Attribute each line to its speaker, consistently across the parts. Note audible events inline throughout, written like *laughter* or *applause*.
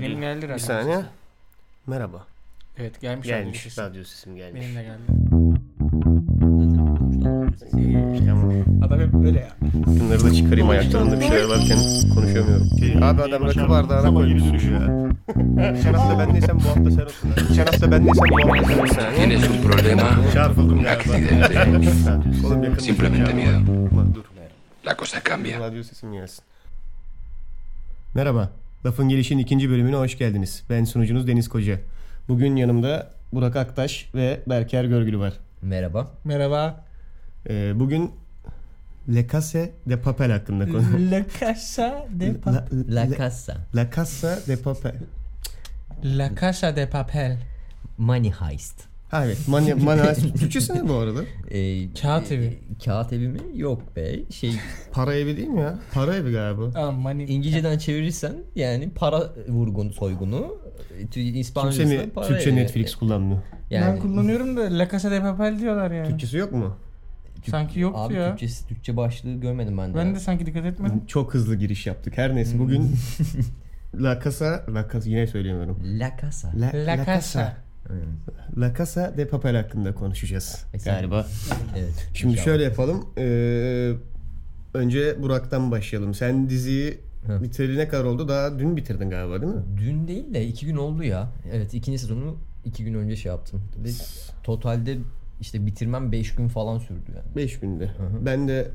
Speaker 1: Benim geldi radyo
Speaker 2: Bir saniye.
Speaker 1: sesi.
Speaker 2: Merhaba.
Speaker 1: Evet gelmiş, radyo
Speaker 2: Gelmiş.
Speaker 1: sesi.
Speaker 2: Radyo sesim gelmiş.
Speaker 1: Benim de geldi.
Speaker 2: İyi, Tamam.
Speaker 1: Adam hep böyle ya.
Speaker 2: Bunları da çıkarayım ayaklarında bir şeyler varken konuşamıyorum. Abi adam rakı bardağına koymuş. *laughs* Geçen hafta ben neysem bu hafta sen olsun. Geçen hafta ben neysem bu hafta sen olsun.
Speaker 3: Tienes un problema,
Speaker 2: Çarpıldım galiba.
Speaker 3: accidente,
Speaker 2: Oğlum yakın.
Speaker 3: simplemente miedo.
Speaker 2: Ulan Dur.
Speaker 3: La cosa cambia.
Speaker 2: Radyo sesim gelsin. Merhaba. Lafın Geliş'in ikinci bölümüne hoş geldiniz. Ben sunucunuz Deniz Koca. Bugün yanımda Burak Aktaş ve Berker Görgülü var.
Speaker 4: Merhaba.
Speaker 1: Merhaba.
Speaker 2: Ee, bugün Le Case de Papel hakkında konu.
Speaker 1: *laughs* La Casa de Papel.
Speaker 4: La Casa.
Speaker 2: La Casa de Papel.
Speaker 1: La Casa de Papel.
Speaker 4: Money Heist.
Speaker 2: Ha evet. Manya, mana, Türkçesi ne bu arada?
Speaker 4: Ee,
Speaker 1: Kağıt evi.
Speaker 4: e, kağıt evi mi? Yok be. Şey
Speaker 2: Para evi değil mi ya? Para evi galiba.
Speaker 1: Aa, money.
Speaker 4: İngilizceden çevirirsen yani para vurgun soygunu. e, tü-
Speaker 2: Kimse
Speaker 4: İspanyolcasına
Speaker 2: mi
Speaker 4: para
Speaker 2: Türkçe
Speaker 4: evi.
Speaker 2: Netflix kullanmıyor?
Speaker 4: Yani
Speaker 1: Ben kullanıyorum da La Casa de Papel diyorlar yani.
Speaker 2: Türkçesi yok mu?
Speaker 4: Türk-
Speaker 1: Sanki yoktu
Speaker 4: abi,
Speaker 1: ya.
Speaker 4: Türkçesi, Türkçe başlığı görmedim ben de.
Speaker 1: Ben de sanki dikkat etmedim.
Speaker 2: Çok hızlı giriş yaptık. Her neyse bugün La Casa, La Casa yine söyleyemiyorum.
Speaker 4: La Casa.
Speaker 2: La,
Speaker 1: La Casa.
Speaker 2: La Casa de Papel hakkında konuşacağız
Speaker 4: Mesela.
Speaker 2: galiba.
Speaker 4: Evet.
Speaker 2: Şimdi
Speaker 4: inşallah.
Speaker 2: şöyle yapalım. Ee, önce Burak'tan başlayalım. Sen diziyi
Speaker 4: Hı.
Speaker 2: bitireli ne kadar oldu? Daha dün bitirdin galiba değil mi?
Speaker 4: Dün değil de iki gün oldu ya. Evet ikinci sezonu iki gün önce şey yaptım. Ve totalde işte bitirmem 5 gün falan sürdü yani.
Speaker 2: 5 günde.
Speaker 4: hı.
Speaker 2: Ben de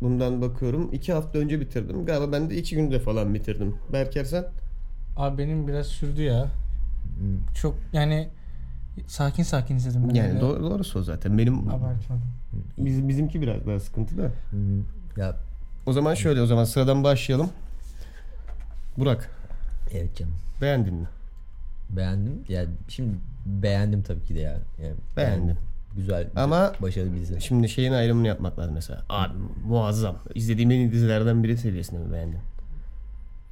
Speaker 2: bundan bakıyorum. 2 hafta önce bitirdim. Galiba ben de 2 günde falan bitirdim. Berker sen?
Speaker 1: Abi benim biraz sürdü ya. Çok yani sakin sakin izledim. Ben
Speaker 2: Yani
Speaker 1: öyle
Speaker 2: doğru, doğrusu o zaten. Benim
Speaker 1: Abartmadım.
Speaker 2: biz, bizimki biraz daha sıkıntı da.
Speaker 4: Ya
Speaker 2: O zaman şöyle o zaman sıradan başlayalım. Burak
Speaker 4: evet canım.
Speaker 2: beğendin mi?
Speaker 4: Beğendim. Yani şimdi beğendim tabii ki de ya. Yani
Speaker 2: Beğendim.
Speaker 4: Güzel. güzel,
Speaker 2: Ama-
Speaker 4: başarılı bir dizi.
Speaker 2: Şimdi şeyin ayrımını yapmak lazım mesela. Abi muazzam. İzlediğim en iyi dizilerden biri seviyesinde mi beğendin?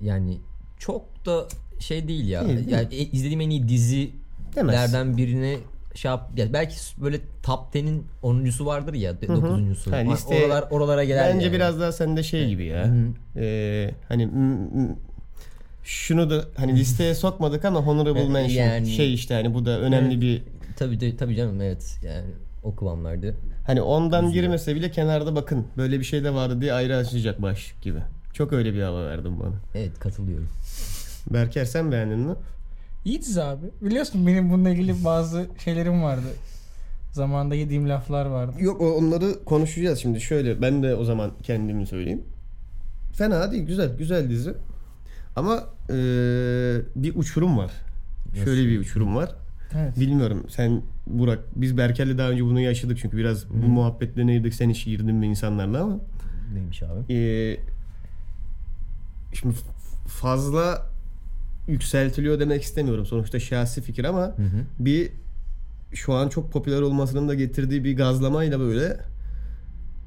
Speaker 4: Yani çok da şey değil ya.
Speaker 2: Değil, değil
Speaker 4: yani e- izlediğim en iyi dizilerden birine şey yap, ya belki böyle top 10'in 10.sü vardır ya, 9.sü.
Speaker 2: Ha,
Speaker 4: Hani
Speaker 2: listeye-
Speaker 4: Oralar oralara gelir.
Speaker 2: Bence biraz daha sende şey gibi ya. Ee, hani m- m- şunu da hani listeye sokmadık ama honorable
Speaker 4: Yani-
Speaker 2: mention şey işte hani bu da önemli bir
Speaker 4: tabii de, tabii canım evet. Yani o kıvamlarda.
Speaker 2: Hani ondan girmese bile kenarda bakın böyle bir şey de vardı diye ayrı açılacak başlık gibi. Çok öyle bir hava verdim bana.
Speaker 4: Evet katılıyorum.
Speaker 2: Berker sen beğendin mi?
Speaker 1: İyi dizi abi. Biliyorsun benim bununla ilgili bazı şeylerim vardı. Zamanında yediğim laflar vardı.
Speaker 2: Yok o- onları konuşacağız şimdi. Şöyle ben de o zaman kendimi söyleyeyim. Fena değil güzel güzel dizi. Ama eee, bir uçurum var. Şöyle bir uçurum var.
Speaker 1: Evet.
Speaker 2: Bilmiyorum sen Burak biz Berker'le daha önce bunu yaşadık çünkü biraz bu muhabbetlerine girdik sen hiç girdin mi insanlarla ama
Speaker 4: Neymiş abi?
Speaker 2: Ee, şimdi f- fazla yükseltiliyor demek istemiyorum. Sonuçta şahsi fikir ama bir şu an çok popüler olmasının da getirdiği bir gazlamayla böyle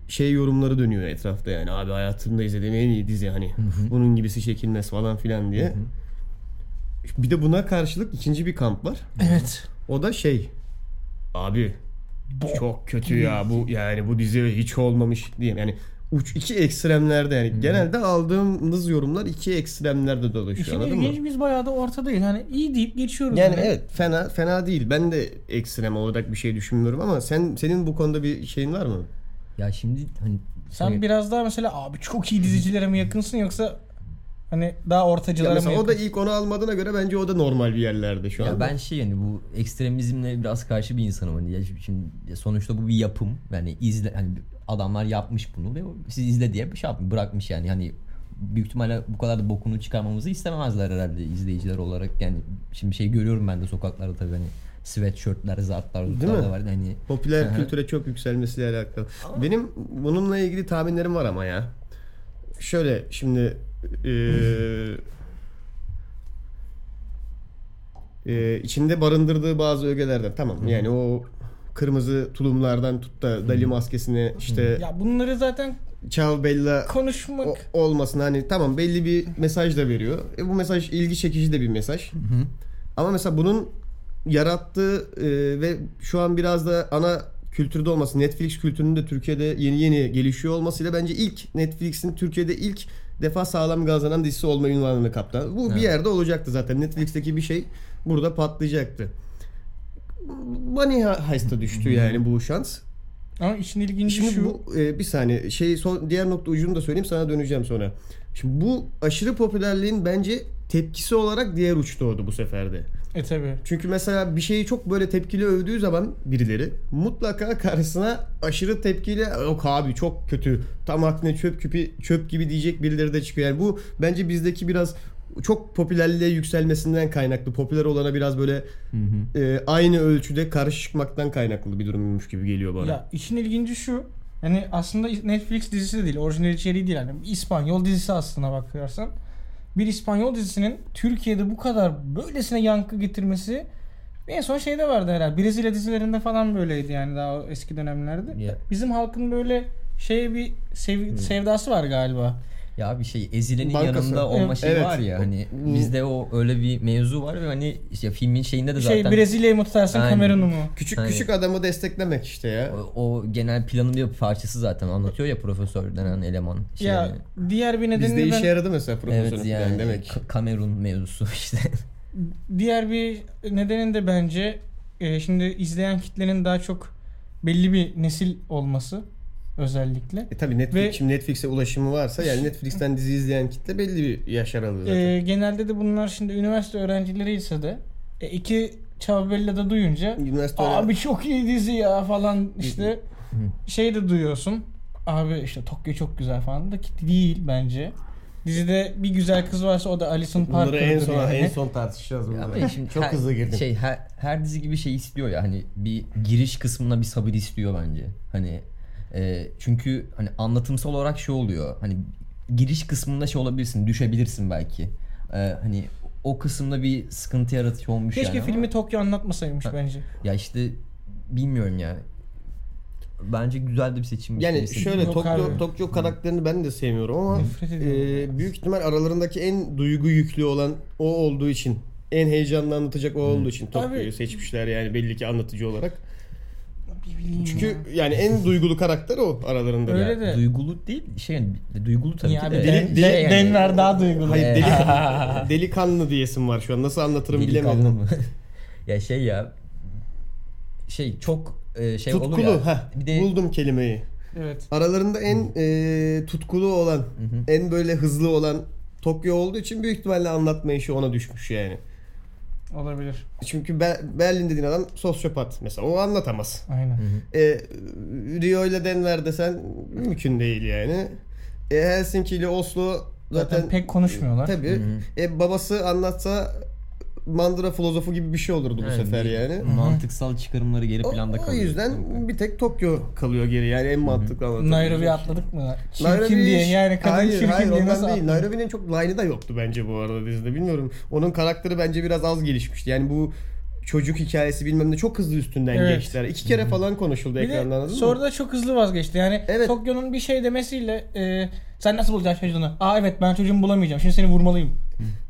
Speaker 2: şey yorumları dönüyor etrafta yani abi hayatımda izlediğim en iyi dizi hani bunun gibisi çekilmez falan filan diye. Bir de buna karşılık ikinci bir kamp var.
Speaker 1: Evet.
Speaker 2: O da şey abi çok kötü ya bu yani bu dizi hiç olmamış diyeyim yani uç iki ekstremlerde yani genelde aldığımız yorumlar iki ekstremlerde dolaşıyor
Speaker 1: İşin
Speaker 2: anladın
Speaker 1: ilginç
Speaker 2: mı?
Speaker 1: biz bayağı da ortadayız. Hani iyi deyip geçiyoruz. hani.
Speaker 2: Yani
Speaker 1: bile.
Speaker 2: evet fena fena değil. Ben de ekstrem olarak bir şey düşünmüyorum ama sen senin bu konuda bir şeyin var mı?
Speaker 4: Ya şimdi hani
Speaker 1: Sen biraz daha mesela abi çok iyi dizicilere mi yakınsın yoksa hani daha
Speaker 2: Ya
Speaker 1: ortacılara mı
Speaker 2: mesela o da
Speaker 1: yakınsın?
Speaker 2: ilk onu almadığına göre bence o da normal bir yerlerde şu an.
Speaker 4: Ya ben şey yani bu ekstremizmle biraz karşı bir insanım hani ya şimdi- şimdi ya sonuçta bu bir yapım yani izle hani adamlar yapmış bunu ve o- siz izle diye bir şey yapmış bırakmış yani hani büyük ihtimalle bu kadar da bokunu çıkarmamızı istememezler herhalde izleyiciler olarak yani şimdi şey görüyorum ben de sokaklarda tabii hani sweatshirtler, zartlar, zurtlar
Speaker 2: mi?
Speaker 4: da var hani
Speaker 2: Popüler
Speaker 4: Aha.
Speaker 2: kültüre çok yükselmesiyle alakalı. Benim bununla ilgili tahminlerim var ama ya. Şöyle şimdi e, eee eee, e, içinde barındırdığı bazı ögelerden tamam yani o kırmızı tulumlardan tut da Dali maskesine işte
Speaker 1: Ya bunları zaten
Speaker 2: Çav Bella
Speaker 1: konuşmak
Speaker 2: o- olmasın hani tamam belli bir mesaj da veriyor. E, bu mesaj ilgi çekici de bir mesaj. Ama mesela bunun yarattığı e, ve şu an biraz da ana kültürde olması Netflix kültürünün de Türkiye'de yeni yeni gelişiyor olmasıyla bence ilk Netflix'in Türkiye'de ilk defa sağlam gazlanan dizisi olma ünvanını kaptı. Bu bir
Speaker 4: Evet.
Speaker 2: yerde olacaktı zaten. Netflix'teki bir şey burada patlayacaktı. Money Heist'a düştü yani bu şans.
Speaker 1: Ama işin ilginci
Speaker 2: Şimdi
Speaker 1: şu.
Speaker 2: bu e, bir saniye şey son diğer nokta ucunu da söyleyeyim sana döneceğim sonra. Şimdi bu aşırı popülerliğin bence tepkisi olarak diğer uçta oldu bu seferde.
Speaker 1: E tabi.
Speaker 2: Çünkü mesela bir şeyi çok böyle tepkili övdüğü zaman birileri mutlaka karşısına aşırı tepkiyle yok abi çok kötü tam aklına çöp küpü çöp gibi diyecek birileri de çıkıyor. Yani bu bence bizdeki biraz çok popülerliğe yükselmesinden kaynaklı. Popüler olana biraz böyle e, aynı ölçüde karşı çıkmaktan kaynaklı bir durummuş gibi geliyor bana.
Speaker 1: Ya işin ilginci şu. Yani aslında Netflix dizisi de değil. Orijinal içeriği değil. Yani bir İspanyol dizisi aslına bakarsan. Bir İspanyol dizisinin Türkiye'de bu kadar böylesine yankı getirmesi en son şeyde vardı herhalde. Brezilya dizilerinde falan böyleydi yani daha o eski dönemlerde.
Speaker 4: Ya.
Speaker 1: Bizim halkın böyle şeye bir sev- sevdası var galiba.
Speaker 4: Ya bir şey ezilenin
Speaker 2: Bankası.
Speaker 4: yanında olma
Speaker 1: Evet.
Speaker 4: şeyi
Speaker 2: Evet.
Speaker 4: var ya hani
Speaker 2: Bu-
Speaker 4: bizde o öyle bir mevzu var ve hani işte filmin şeyinde de
Speaker 1: Şey
Speaker 4: zaten
Speaker 1: Brezilya'yı mı tutarsın
Speaker 4: Aynen.
Speaker 1: Kamerun'u mu?
Speaker 2: Küçük
Speaker 4: Hani-
Speaker 2: küçük adamı desteklemek işte ya.
Speaker 4: o, o genel planın bir parçası zaten anlatıyor ya profesör denen eleman.
Speaker 1: Ya
Speaker 4: şeyini.
Speaker 1: diğer bir
Speaker 2: Şey, Bizde
Speaker 1: nedenini
Speaker 2: işe
Speaker 1: ben,
Speaker 2: yaradı mesela profesyonel
Speaker 4: Evet
Speaker 2: plan
Speaker 4: yani
Speaker 2: demek.
Speaker 4: *laughs* Ka- Kamerun mevzusu *laughs* işte.
Speaker 1: diğer bir nedenin de bence e, şimdi izleyen kitlenin daha çok belli bir nesil olması özellikle.
Speaker 2: E tabi Netflix,
Speaker 1: Ve-
Speaker 2: şimdi Netflix'e ulaşımı varsa yani Netflix'ten dizi izleyen kitle belli bir yaş aralığı zaten.
Speaker 1: E, genelde de bunlar şimdi üniversite öğrencileri ise de e, iki Çavbella'da duyunca
Speaker 2: Üniversite
Speaker 1: abi çok iyi dizi ya falan işte şey de duyuyorsun. Abi işte Tokyo çok güzel falan da ki değil bence. Dizide bir güzel kız varsa o da Alison Parker'dır.
Speaker 2: *laughs* Bunları en son
Speaker 1: yani.
Speaker 2: en son tartışacağız bunları.
Speaker 4: Ama şimdi
Speaker 2: Hmm. Çok
Speaker 4: her-
Speaker 2: hızlı girdim.
Speaker 4: Şey her, her dizi gibi şey istiyor ya hani bir giriş kısmına bir sabır istiyor bence. Hani e, çünkü hani anlatımsal olarak şey oluyor. Hani giriş kısmında şey olabilirsin, düşebilirsin belki. E, hani o kısımda bir sıkıntı yaratıcı olmuş
Speaker 1: Keşke
Speaker 4: yani ama-
Speaker 1: filmi Tokyo anlatmasaymış bence.
Speaker 4: ya işte bilmiyorum ya. Bence güzel de bir seçim.
Speaker 2: Yani
Speaker 4: bir şey. seçim.
Speaker 2: şöyle
Speaker 1: Yok
Speaker 2: Tokyo,
Speaker 1: abi.
Speaker 2: Tokyo karakterini ben de sevmiyorum ama
Speaker 1: Nefret ediyorum.
Speaker 2: e, büyük ihtimal aralarındaki en duygu yüklü olan o olduğu için en heyecanlı anlatacak o olduğu için Tokyo'yu
Speaker 1: Abi-
Speaker 2: seçmişler yani belli ki anlatıcı olarak.
Speaker 1: Bir bileyim ya.
Speaker 2: Çünkü yani en duygulu karakter o aralarında.
Speaker 1: Öyle
Speaker 2: Yani.
Speaker 1: de.
Speaker 4: duygulu değil şey yani duygulu tabii
Speaker 1: Ya
Speaker 4: ki
Speaker 1: bir
Speaker 4: de.
Speaker 1: deli-
Speaker 4: Şey
Speaker 1: de- Denver daha duygulu.
Speaker 2: Ee, Hayır
Speaker 4: Ee,
Speaker 2: deli- delikanlı diyesim var şu an. Nasıl anlatırım
Speaker 4: Delikanlı
Speaker 2: bilemedim.
Speaker 4: mı? *laughs* ya şey ya şey çok e, şey olur
Speaker 2: tutkulu.
Speaker 4: ya.
Speaker 2: heh,
Speaker 4: bir de
Speaker 2: Buldum kelimeyi.
Speaker 1: Evet.
Speaker 2: Aralarında en e, tutkulu olan, en böyle hızlı olan Tokyo olduğu için büyük ihtimalle anlatma işi ona düşmüş yani.
Speaker 1: Olabilir.
Speaker 2: Çünkü Be- Berlin dediğin adam sosyopat mesela. O anlatamaz.
Speaker 1: Aynen.
Speaker 2: E, Rio ile Denver desen mümkün değil yani. E, Helsinki ile Oslo
Speaker 1: Zaten,
Speaker 2: zaten,
Speaker 1: pek konuşmuyorlar.
Speaker 2: Tabii. E, babası anlatsa mandıra filozofu gibi bir şey olurdu bu
Speaker 4: yani
Speaker 2: sefer
Speaker 4: bir
Speaker 2: yani.
Speaker 4: Mantıksal çıkarımları geri planda
Speaker 2: O
Speaker 4: kalıyor.
Speaker 2: yüzden bir tek Tokyo kalıyor geri yani en mantıklı anlatan.
Speaker 1: Nairobi'yi atladık mı? Çirkin
Speaker 2: Nairobi-
Speaker 1: diye yani kadın
Speaker 2: hayır,
Speaker 1: çirkin
Speaker 2: hayır,
Speaker 1: diye
Speaker 2: ondan
Speaker 1: nasıl
Speaker 2: değil.
Speaker 1: atladık?
Speaker 2: Nairobi'nin çok line'ı da yoktu bence bu arada dizide bilmiyorum. Onun karakteri bence biraz az gelişmişti. Yani bu çocuk hikayesi bilmem ne çok hızlı üstünden
Speaker 1: Evet.
Speaker 2: geçtiler. İki kere falan konuşuldu
Speaker 1: Bir
Speaker 2: ekranda
Speaker 1: de
Speaker 2: anladın
Speaker 1: sonra
Speaker 2: mı?
Speaker 1: da çok hızlı vazgeçti. Yani
Speaker 2: Evet.
Speaker 1: Tokyo'nun bir şey demesiyle e, sen nasıl bulacaksın çocuğunu? Aa evet ben çocuğumu bulamayacağım. Şimdi seni vurmalıyım.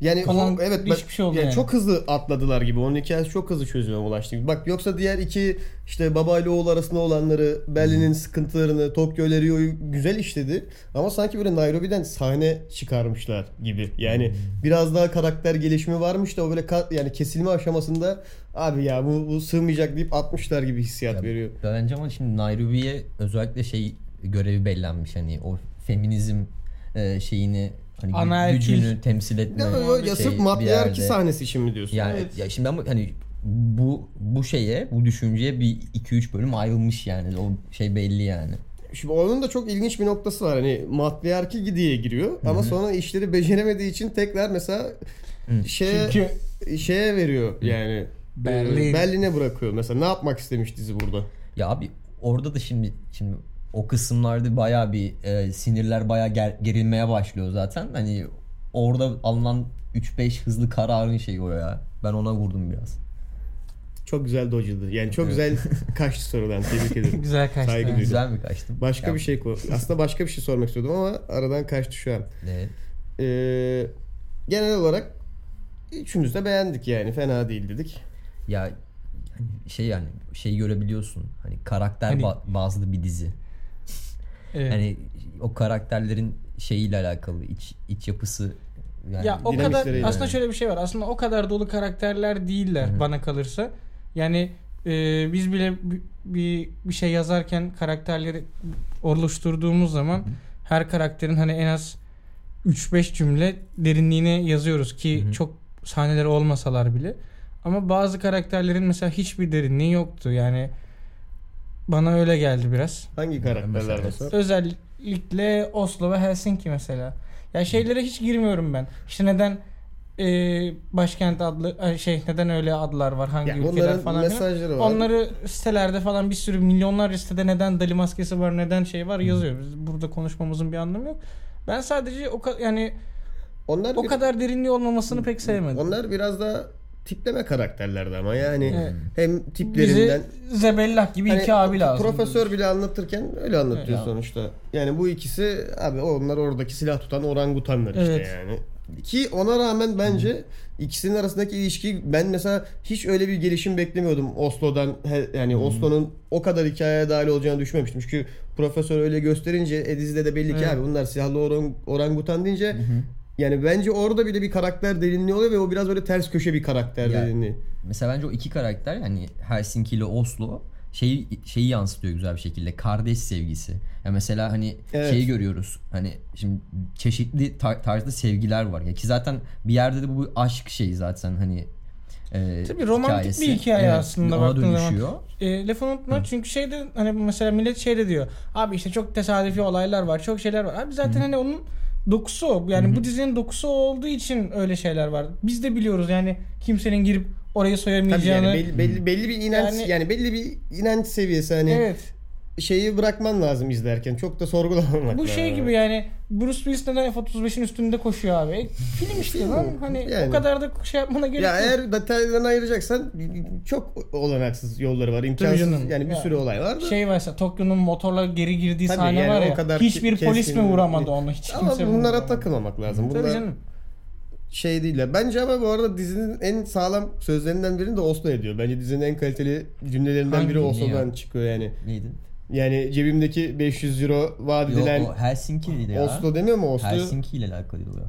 Speaker 2: Yani
Speaker 1: falan
Speaker 2: o- evet
Speaker 1: hiçbir
Speaker 2: bak,
Speaker 1: şey oldu
Speaker 2: yani,
Speaker 1: yani.
Speaker 2: çok hızlı atladılar gibi. Onun hikayesi çok hızlı çözüme ulaştı. Bak yoksa diğer iki işte baba ile oğul arasında olanları,
Speaker 4: Hmm.
Speaker 2: Berlin'in sıkıntılarını, Tokyo ile Rio'yu güzel işledi. Ama sanki böyle Nairobi'den sahne çıkarmışlar gibi. Yani
Speaker 4: Hmm.
Speaker 2: biraz daha karakter gelişimi varmış da o böyle ka- yani kesilme aşamasında abi ya bu, bu sığmayacak deyip atmışlar gibi hissiyat veriyor.
Speaker 4: Bence ama şimdi Nairobi'ye özellikle şey görevi bellenmiş hani o feminizm e, şeyini hani
Speaker 1: Anaerkil.
Speaker 4: gücünü temsil etme.
Speaker 2: Ya, o ya
Speaker 4: şey
Speaker 2: sırf
Speaker 4: bir
Speaker 2: matriarki
Speaker 4: yerde.
Speaker 2: sahnesi için mi diyorsun?
Speaker 4: Yani ya şimdi ama hani bu bu şeye, bu düşünceye bir 2 3 bölüm ayrılmış yani. O şey belli yani.
Speaker 2: Şimdi onun da çok ilginç bir noktası var. Hani matriarki diye giriyor ama sonra işleri beceremediği için tekrar mesela şeye
Speaker 1: Çünkü
Speaker 2: şeye veriyor yani.
Speaker 1: Berlin.
Speaker 2: Ee, Berlin'e bırakıyor. Mesela ne yapmak istemiş dizi burada?
Speaker 4: Ya abi orada da şimdi şimdi o kısımlarda bayağı bir e, sinirler bayağı ger- gerilmeye başlıyor zaten. Hani orada alınan 3-5 hızlı kararın şeyi o ya. Ben ona vurdum biraz.
Speaker 2: Çok güzel dodge'dı. Yani çok *laughs* güzel kaçtı sorudan. Tebrik ederim.
Speaker 1: güzel kaçtı.
Speaker 2: Saygı
Speaker 1: yani.
Speaker 2: duyuyorum.
Speaker 4: Güzel mi kaçtım?
Speaker 2: *laughs* Başka
Speaker 4: Ya,
Speaker 2: bir şey ko- Aslında başka bir şey sormak istiyordum ama aradan kaçtı şu an.
Speaker 4: e,
Speaker 2: Ee, genel olarak üçümüz de beğendik yani. Fena değil dedik.
Speaker 4: ya hani şey yani şey görebiliyorsun. Hani karakter
Speaker 1: Hani-
Speaker 4: ba- bazlı bir dizi.
Speaker 1: Evet.
Speaker 4: Hani o karakterlerin şeyiyle alakalı iç, iç yapısı yani
Speaker 1: ya o kadar
Speaker 2: dinamikleriyle
Speaker 1: aslında
Speaker 2: yani.
Speaker 1: şöyle bir şey var. Aslında o kadar dolu karakterler değiller bana kalırsa. Yani e, biz bile bi- bir bir şey yazarken karakterleri oluşturduğumuz zaman her karakterin hani en az 3-5 cümle derinliğine yazıyoruz ki çok sahneleri olmasalar bile. Ama bazı karakterlerin mesela hiçbir derinliği yoktu. Yani bana öyle geldi biraz.
Speaker 2: Hangi karakterler mesela?
Speaker 1: Özellikle Oslo ve Helsinki mesela. Ya şeylere hiç girmiyorum ben. İşte neden e, başkent adlı e, şey neden öyle adlar var hangi
Speaker 2: Ya
Speaker 1: ülkeler
Speaker 2: onların
Speaker 1: falan. filan.
Speaker 2: mesajları var.
Speaker 1: Onları sitelerde falan bir sürü milyonlarca sitede neden dali maskesi var neden şey var yazıyoruz. Burada konuşmamızın bir anlamı yok. Ben sadece o ka- yani
Speaker 2: Onlar
Speaker 1: o
Speaker 2: bir-
Speaker 1: kadar derinliği olmamasını pek sevmedim.
Speaker 2: Onlar biraz daha tipleme karakterlerdi ama yani
Speaker 1: Evet.
Speaker 2: hem tiplerinden
Speaker 1: Bizi zebellak gibi
Speaker 2: Hani
Speaker 1: iki abi lazım.
Speaker 2: Profesör bile anlatırken öyle anlatıyor
Speaker 1: Evet.
Speaker 2: sonuçta. Yani bu ikisi abi onlar oradaki silah tutan orangutanlar
Speaker 1: Evet.
Speaker 2: işte yani. Ki ona rağmen bence ikisinin arasındaki ilişki ben mesela hiç öyle bir gelişim beklemiyordum Oslo'dan he- yani Oslo'nun o kadar hikayeye dahil olacağını düşünmemiştim. Çünkü profesör öyle gösterince e, dizide de belli ki
Speaker 1: Evet.
Speaker 2: abi bunlar silahlı orang- orangutan deyince yani bence orada bile bir karakter derinliği oluyor ve o biraz böyle ters köşe bir karakter
Speaker 4: Ya.
Speaker 2: derinliği.
Speaker 4: Mesela bence o iki karakter yani Helsinki ile Oslo şeyi şeyi yansıtıyor güzel bir şekilde kardeş sevgisi. Ya mesela hani
Speaker 2: Evet.
Speaker 4: şeyi görüyoruz. Hani şimdi çeşitli tar- tarzda sevgiler var. Ya ki zaten bir yerde de bu aşk şeyi zaten hani e,
Speaker 1: Tabii romantik bir hikaye aslında
Speaker 4: ona
Speaker 1: baktığın zaman.
Speaker 4: dönüşüyor.
Speaker 1: E, lafını unutma çünkü şeyde hani mesela millet şey de diyor. Abi işte çok tesadüfi olaylar var, çok şeyler var. Abi zaten hani onun dokusu o. Yani bu dizinin dokusu o olduğu için öyle şeyler var. Biz de biliyoruz yani kimsenin girip orayı
Speaker 2: Tabii
Speaker 1: soyamayacağını.
Speaker 2: yani belli, belli, belli bir inanç yani,
Speaker 1: Yani-
Speaker 2: belli bir inanç seviyesi hani
Speaker 1: Evet.
Speaker 2: şeyi bırakman lazım izlerken. Çok da sorgulamamak
Speaker 1: Bu şey
Speaker 2: lazım.
Speaker 1: gibi yani Bruce Willis neden F-35'in üstünde koşuyor abi? E, Film işte lan hani
Speaker 2: Yani.
Speaker 1: o kadar da şey yapmana gerek
Speaker 2: Ya
Speaker 1: yok.
Speaker 2: eğer detaylarını ayıracaksan çok olanaksız yolları var. imkansız
Speaker 1: canım.
Speaker 2: yani bir
Speaker 1: Ya.
Speaker 2: sürü olay var da.
Speaker 1: şey varsa Tokyo'nun motorla geri girdiği
Speaker 2: Tabii
Speaker 1: sahne
Speaker 2: yani
Speaker 1: var
Speaker 2: o
Speaker 1: ya.
Speaker 2: kadar
Speaker 1: hiçbir
Speaker 2: ke-
Speaker 1: polis mi
Speaker 2: keskin-
Speaker 1: vuramadı onu? Hiç
Speaker 2: ama
Speaker 1: kimse
Speaker 2: bunlara
Speaker 1: vuramadı.
Speaker 2: takılmamak lazım.
Speaker 1: Tabii
Speaker 2: Bunlar
Speaker 1: canım.
Speaker 2: şey değil. de. Bence ama bu arada dizinin en sağlam sözlerinden birini de Oslo ediyor. Bence dizinin en kaliteli cümlelerinden
Speaker 4: Hangi
Speaker 2: biri
Speaker 4: cümle
Speaker 2: Oslo'dan
Speaker 4: ya?
Speaker 2: çıkıyor yani.
Speaker 4: Neydi?
Speaker 2: Yani cebimdeki 500 euro vaat
Speaker 4: Yok,
Speaker 2: edilen
Speaker 4: o Helsinki'ydi ya. şey
Speaker 2: Oslo demiyor mu Oslo?
Speaker 4: Helsinki ile alakalıydı o ya,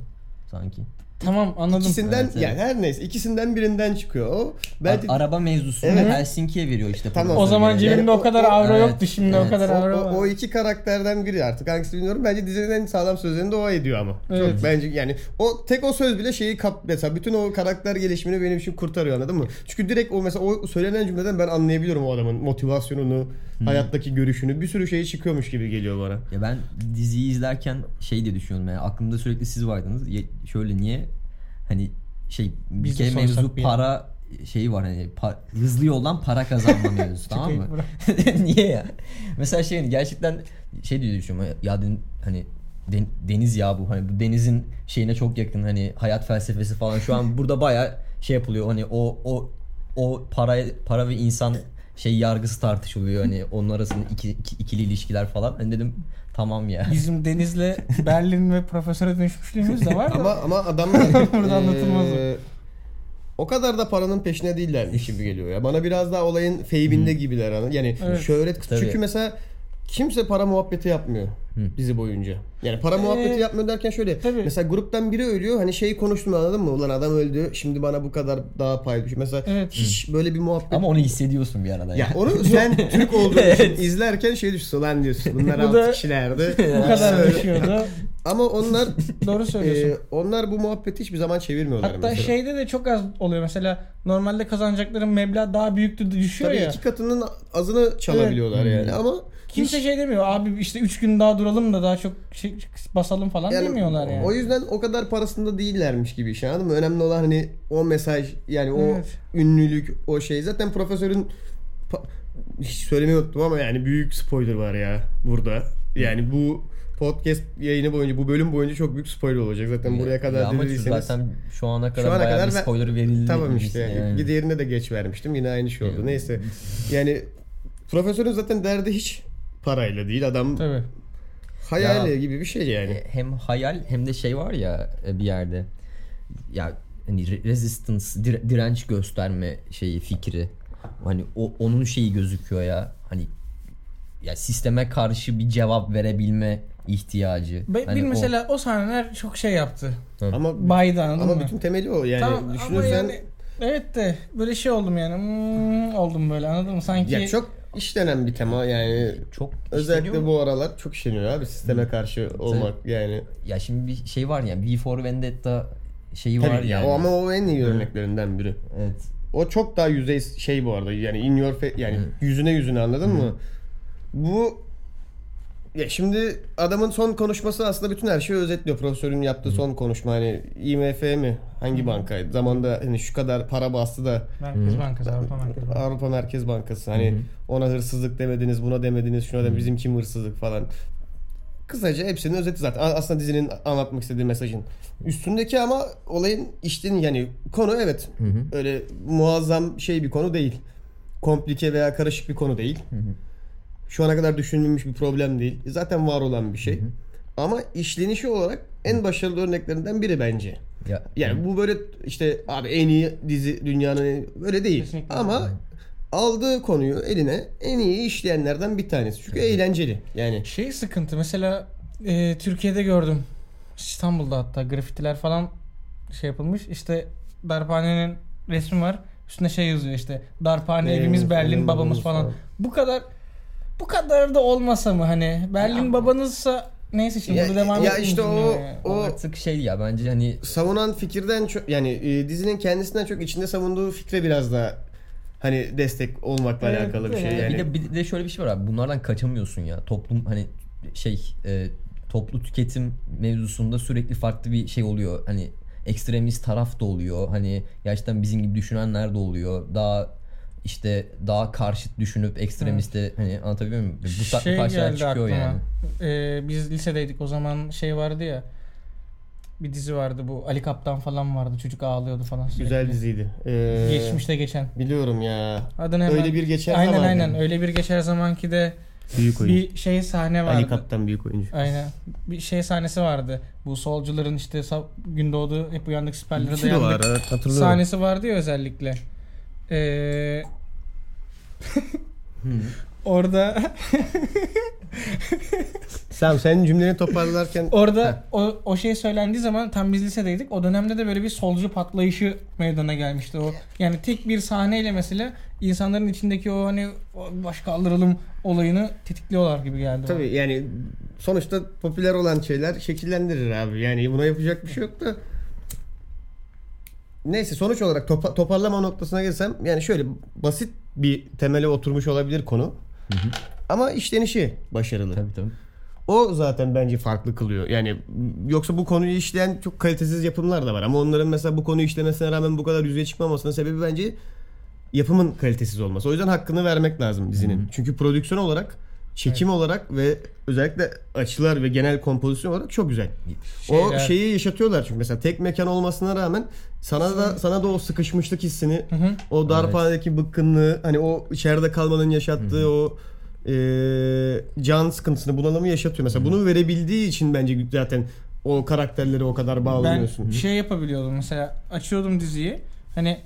Speaker 4: sanki.
Speaker 1: Tamam anladım.
Speaker 2: İkisinden
Speaker 4: Evet, evet.
Speaker 2: yani her neyse ikisinden birinden çıkıyor o. Belki
Speaker 4: A- araba mevzusunu Helsinki'ye veriyor işte.
Speaker 2: Tamam.
Speaker 4: profesör
Speaker 1: O zaman
Speaker 4: gene.
Speaker 2: cebim-
Speaker 1: cebimde
Speaker 2: o-
Speaker 1: o kadar
Speaker 2: o-
Speaker 1: avro
Speaker 4: evet,
Speaker 1: yoktu şimdi
Speaker 4: evet.
Speaker 1: o kadar
Speaker 2: o,
Speaker 1: avro
Speaker 2: o-
Speaker 1: var.
Speaker 2: o iki karakterden biri artık hangisi bilmiyorum. Bence dizinin en sağlam sözlerini de o ediyor ama.
Speaker 1: Evet.
Speaker 2: Çok bence yani o tek o söz bile şeyi kap mesela bütün o karakter gelişimini benim için kurtarıyor anladın mı? Çünkü direkt o mesela o söylenen cümleden ben anlayabiliyorum o adamın motivasyonunu, hayattaki görüşünü bir sürü şey çıkıyormuş gibi geliyor bana.
Speaker 4: Ya ben diziyi izlerken şey diye düşünüyordum yani aklımda sürekli siz vardınız. Ye- şöyle niye hani şey bir
Speaker 1: Biz de
Speaker 4: kere
Speaker 1: sorsak
Speaker 4: mevzu
Speaker 1: bir-
Speaker 4: para şeyi var hani pa- hızlı yoldan para
Speaker 1: *laughs*
Speaker 4: kazanma mevzusu tamam mı? *laughs* niye ya? Mesela şey hani gerçekten şey diye düşünüyorum ya den- hani den- deniz ya bu hani bu denizin şeyine çok yakın hani hayat felsefesi falan şu
Speaker 2: *laughs*
Speaker 4: an burada baya şey yapılıyor hani o o o para para ve insan şey yargısı tartışılıyor hani onun arasında iki, iki- ikili ilişkiler falan. Hani dedim tamam ya.
Speaker 1: Bizim Deniz'le Berlin ve profesöre dönüşmüşlüğümüz de var.
Speaker 2: Ama ama
Speaker 1: *laughs*
Speaker 2: adamlar
Speaker 1: Burada anlatılmaz o.
Speaker 2: eee, o kadar da paranın peşine değillermiş gibi geliyor ya. Bana biraz daha olayın feybinde gibiler. anı- Yani
Speaker 1: Evet.
Speaker 2: şöhret
Speaker 4: Tabii.
Speaker 2: çünkü mesela kimse para muhabbeti yapmıyor dizi boyunca. Yani para muhabbeti
Speaker 1: Ee,
Speaker 2: yapmıyor derken şöyle.
Speaker 1: tabii.
Speaker 2: Mesela gruptan biri ölüyor. Hani şey konuştum anladın mı? Ulan adam öldü. Şimdi bana bu kadar daha pay düşüyor. Mesela
Speaker 1: Evet.
Speaker 2: hiç böyle bir muhabbet
Speaker 4: *laughs* Ama onu hissediyorsun bir arada
Speaker 2: ya
Speaker 4: ya.
Speaker 2: onu sen Türk olduğun için izlerken şey düşsün lan diyorsun.
Speaker 1: *laughs*
Speaker 2: Bunlar
Speaker 1: Bu da-
Speaker 2: altı kişilerdi.
Speaker 1: bu kadar düşüyordu.
Speaker 2: Ama onlar
Speaker 1: Doğru söylüyorsun.
Speaker 2: ee, onlar bu muhabbeti hiçbir zaman çevirmiyorlar
Speaker 1: Hatta şey
Speaker 2: mesela.
Speaker 1: şeyde de çok az oluyor. Mesela normalde kazanacakların meblağ daha büyüktü düşüyor
Speaker 2: Tabii
Speaker 1: ya.
Speaker 2: iki katının azını çalabiliyorlar yani ama
Speaker 1: Kimse şey demiyor. Abi işte 3 gün daha duralım da daha çok şey, basalım falan
Speaker 2: yani
Speaker 1: demiyorlar yani.
Speaker 2: O yüzden o kadar parasında değillermiş gibi şey anladın mı? Önemli olan hani o mesaj yani o
Speaker 1: Evet.
Speaker 2: ünlülük o şey. Zaten profesörün pa- hiç söylemeyi unuttum ama yani büyük spoiler var ya burada. Yani bu podcast yayını boyunca bu bölüm boyunca çok büyük spoiler olacak. Zaten buraya
Speaker 4: Ya
Speaker 2: kadar
Speaker 4: ama
Speaker 2: dinlediyseniz.
Speaker 4: zaten şu ana kadar
Speaker 2: Şu ana
Speaker 4: bayağı
Speaker 2: kadar
Speaker 4: bir
Speaker 2: ben-
Speaker 4: spoiler verildi.
Speaker 2: Tamam işte. Yani.
Speaker 4: yani.
Speaker 2: Bir diğerine de geç vermiştim. Yine aynı şey oldu.
Speaker 4: Yani.
Speaker 2: Neyse. Yani profesörün zaten derdi hiç parayla değil. Adam
Speaker 1: Tabii.
Speaker 2: hayali
Speaker 4: Ya-
Speaker 2: gibi bir şey yani.
Speaker 4: E, hem hayal hem de şey var ya e, bir yerde ya hani re- resistance dire- direnç gösterme şeyi fikri hani o onun şeyi gözüküyor ya hani ya sisteme karşı bir cevap verebilme ihtiyacı.
Speaker 1: Be-
Speaker 4: Hani
Speaker 1: benim
Speaker 4: o-
Speaker 1: mesela o sahneler çok şey yaptı.
Speaker 2: Hani Ama
Speaker 1: Baydı anladın
Speaker 2: ama
Speaker 1: mı?
Speaker 2: bütün temeli o yani
Speaker 1: Tamam, ama
Speaker 2: düşünürsen
Speaker 1: yani evet de böyle şey oldum yani. Hmm, oldum böyle anladın mı? Sanki
Speaker 2: ya çok işlenen bir tema yani
Speaker 4: çok
Speaker 2: özellikle
Speaker 4: işleniyor.
Speaker 2: bu aralar çok işleniyor abi sisteme karşı olmak yani.
Speaker 4: ya şimdi bir şey var ya V for Vendetta şeyi
Speaker 2: Tabii
Speaker 4: var
Speaker 2: ya,
Speaker 4: yani.
Speaker 2: o ama o en iyi örneklerinden biri.
Speaker 4: Evet.
Speaker 2: O çok daha yüzey şey bu arada yani in your face yani yüzüne yüzüne anladın mı? Bu ya şimdi adamın son konuşması aslında bütün her şeyi özetliyor. Profesörün yaptığı son konuşma hani IMF mi? Hangi bankaydı? Zamanda hani şu kadar para bastı da
Speaker 1: Merkez Bankası, Avrupa Merkez Bankası.
Speaker 2: Avrupa Merkez Bankası hani ona hırsızlık demediniz, buna demediniz, şuna da bizim kim hırsızlık falan. Kısaca hepsinin özeti zaten. A- Aslında dizinin anlatmak istediği mesajın. Üstündeki ama olayın işten yani konu evet. Öyle muazzam şey bir konu değil. Komplike veya karışık bir konu değil. Şu ana kadar düşünülmüş bir problem değil. Zaten var olan bir şey. Ama işlenişi olarak en başarılı örneklerinden biri bence.
Speaker 4: Ya,
Speaker 2: Yani bu böyle işte abi en iyi dizi dünyanın en- böyle değil.
Speaker 1: Kesinlikle.
Speaker 2: Ama aldığı konuyu eline en iyi işleyenlerden bir tanesi. Çünkü eğlenceli. Yani
Speaker 1: Şey sıkıntı mesela e, Türkiye'de gördüm. İstanbul'da hatta grafitiler falan şey yapılmış. İşte darphanenin resmi var. Üstüne şey yazıyor işte. Darphane
Speaker 2: Evimiz,
Speaker 1: evimiz Berlin
Speaker 2: Berlin,
Speaker 1: babamız
Speaker 2: babamız
Speaker 1: falan.
Speaker 2: falan.
Speaker 1: Bu kadar bu kadar da olmasa mı hani Berlin babanızsa neyse şimdi
Speaker 2: Ya-
Speaker 1: burada devam
Speaker 2: ya
Speaker 1: etmeyeyim
Speaker 2: işte
Speaker 1: şimdi
Speaker 2: o-
Speaker 1: yani.
Speaker 4: o
Speaker 2: o-
Speaker 4: artık şey ya bence hani
Speaker 2: savunan fikirden çok yani e, dizinin kendisinden çok içinde savunduğu fikre biraz daha hani destek olmakla
Speaker 1: Evet,
Speaker 2: alakalı bir şey
Speaker 1: evet.
Speaker 2: yani.
Speaker 4: bir de bir de şöyle bir şey var abi. Bunlardan kaçamıyorsun ya. Toplum hani şey e, toplu tüketim mevzusunda sürekli farklı bir şey oluyor. Hani ekstremist taraf da oluyor. Hani gerçekten bizim gibi düşünenler de oluyor. Daha işte daha karşıt düşünüp ekstremiste hani anlatabiliyor muyum? Bu tarz
Speaker 1: şey
Speaker 4: parçalar
Speaker 1: geldi
Speaker 4: çıkıyor
Speaker 1: aklıma.
Speaker 4: yani.
Speaker 1: Ee, biz lisedeydik o zaman şey vardı ya. Bir dizi vardı bu Ali Kaptan falan vardı. Çocuk ağlıyordu falan. sürekli.
Speaker 2: Güzel diziydi. Ee,
Speaker 1: Geçmişte geçen.
Speaker 2: Biliyorum ya.
Speaker 1: Adını hemen...
Speaker 2: Öyle bir geçer
Speaker 1: Aynen
Speaker 2: zaman.
Speaker 1: aynen öyle bir geçer zamanki de
Speaker 2: Büyük oyuncu.
Speaker 1: bir şey sahne vardı.
Speaker 2: Ali Kaptan büyük oyuncu.
Speaker 1: Aynen. Bir şey sahnesi vardı. Bu solcuların işte sab- gün doğdu hep uyandık siperlere
Speaker 2: İkisi de var,
Speaker 1: dayandık.
Speaker 2: evet, hatırlıyorum.
Speaker 1: Sahnesi vardı ya özellikle. Ee, *laughs* orada
Speaker 2: Sen sen cümleni toparlarken
Speaker 1: Orada o, o şey söylendiği zaman tam biz lisedeydik. O dönemde de böyle bir solcu patlayışı meydana gelmişti o. Yani tek bir sahneyle mesela insanların içindeki o hani o baş kaldıralım olayını tetikliyorlar gibi geldi. bana.
Speaker 2: Tabii yani sonuçta popüler olan şeyler şekillendirir abi. Yani buna yapacak bir şey yok da. Neyse sonuç olarak topa- toparlama noktasına gelsem yani şöyle basit bir temele oturmuş olabilir konu. Ama işlenişi başarılı.
Speaker 4: Tabii tabii.
Speaker 2: O zaten bence farklı kılıyor. Yani yoksa bu konuyu işleyen çok kalitesiz yapımlar da var ama onların mesela bu konuyu işlemesine rağmen bu kadar yüzeye çıkmamasının sebebi bence yapımın kalitesiz olması. O yüzden hakkını vermek lazım dizinin. Çünkü prodüksiyon olarak, çekim olarak ve özellikle açılar ve genel kompozisyon olarak çok güzel.
Speaker 1: Şeyler-
Speaker 2: O şeyi yaşatıyorlar çünkü mesela tek mekan olmasına rağmen sana da sana da o sıkışmışlık hissini, o darphanedeki bıkkınlığı, hani o içeride kalmanın yaşattığı o e, can sıkıntısını, bunalımı yaşatıyor. Mesela bunu verebildiği için bence zaten o karakterlere o kadar
Speaker 1: Ben
Speaker 2: bağlanıyorsun.
Speaker 1: şey yapabiliyordum mesela açıyordum diziyi. Hani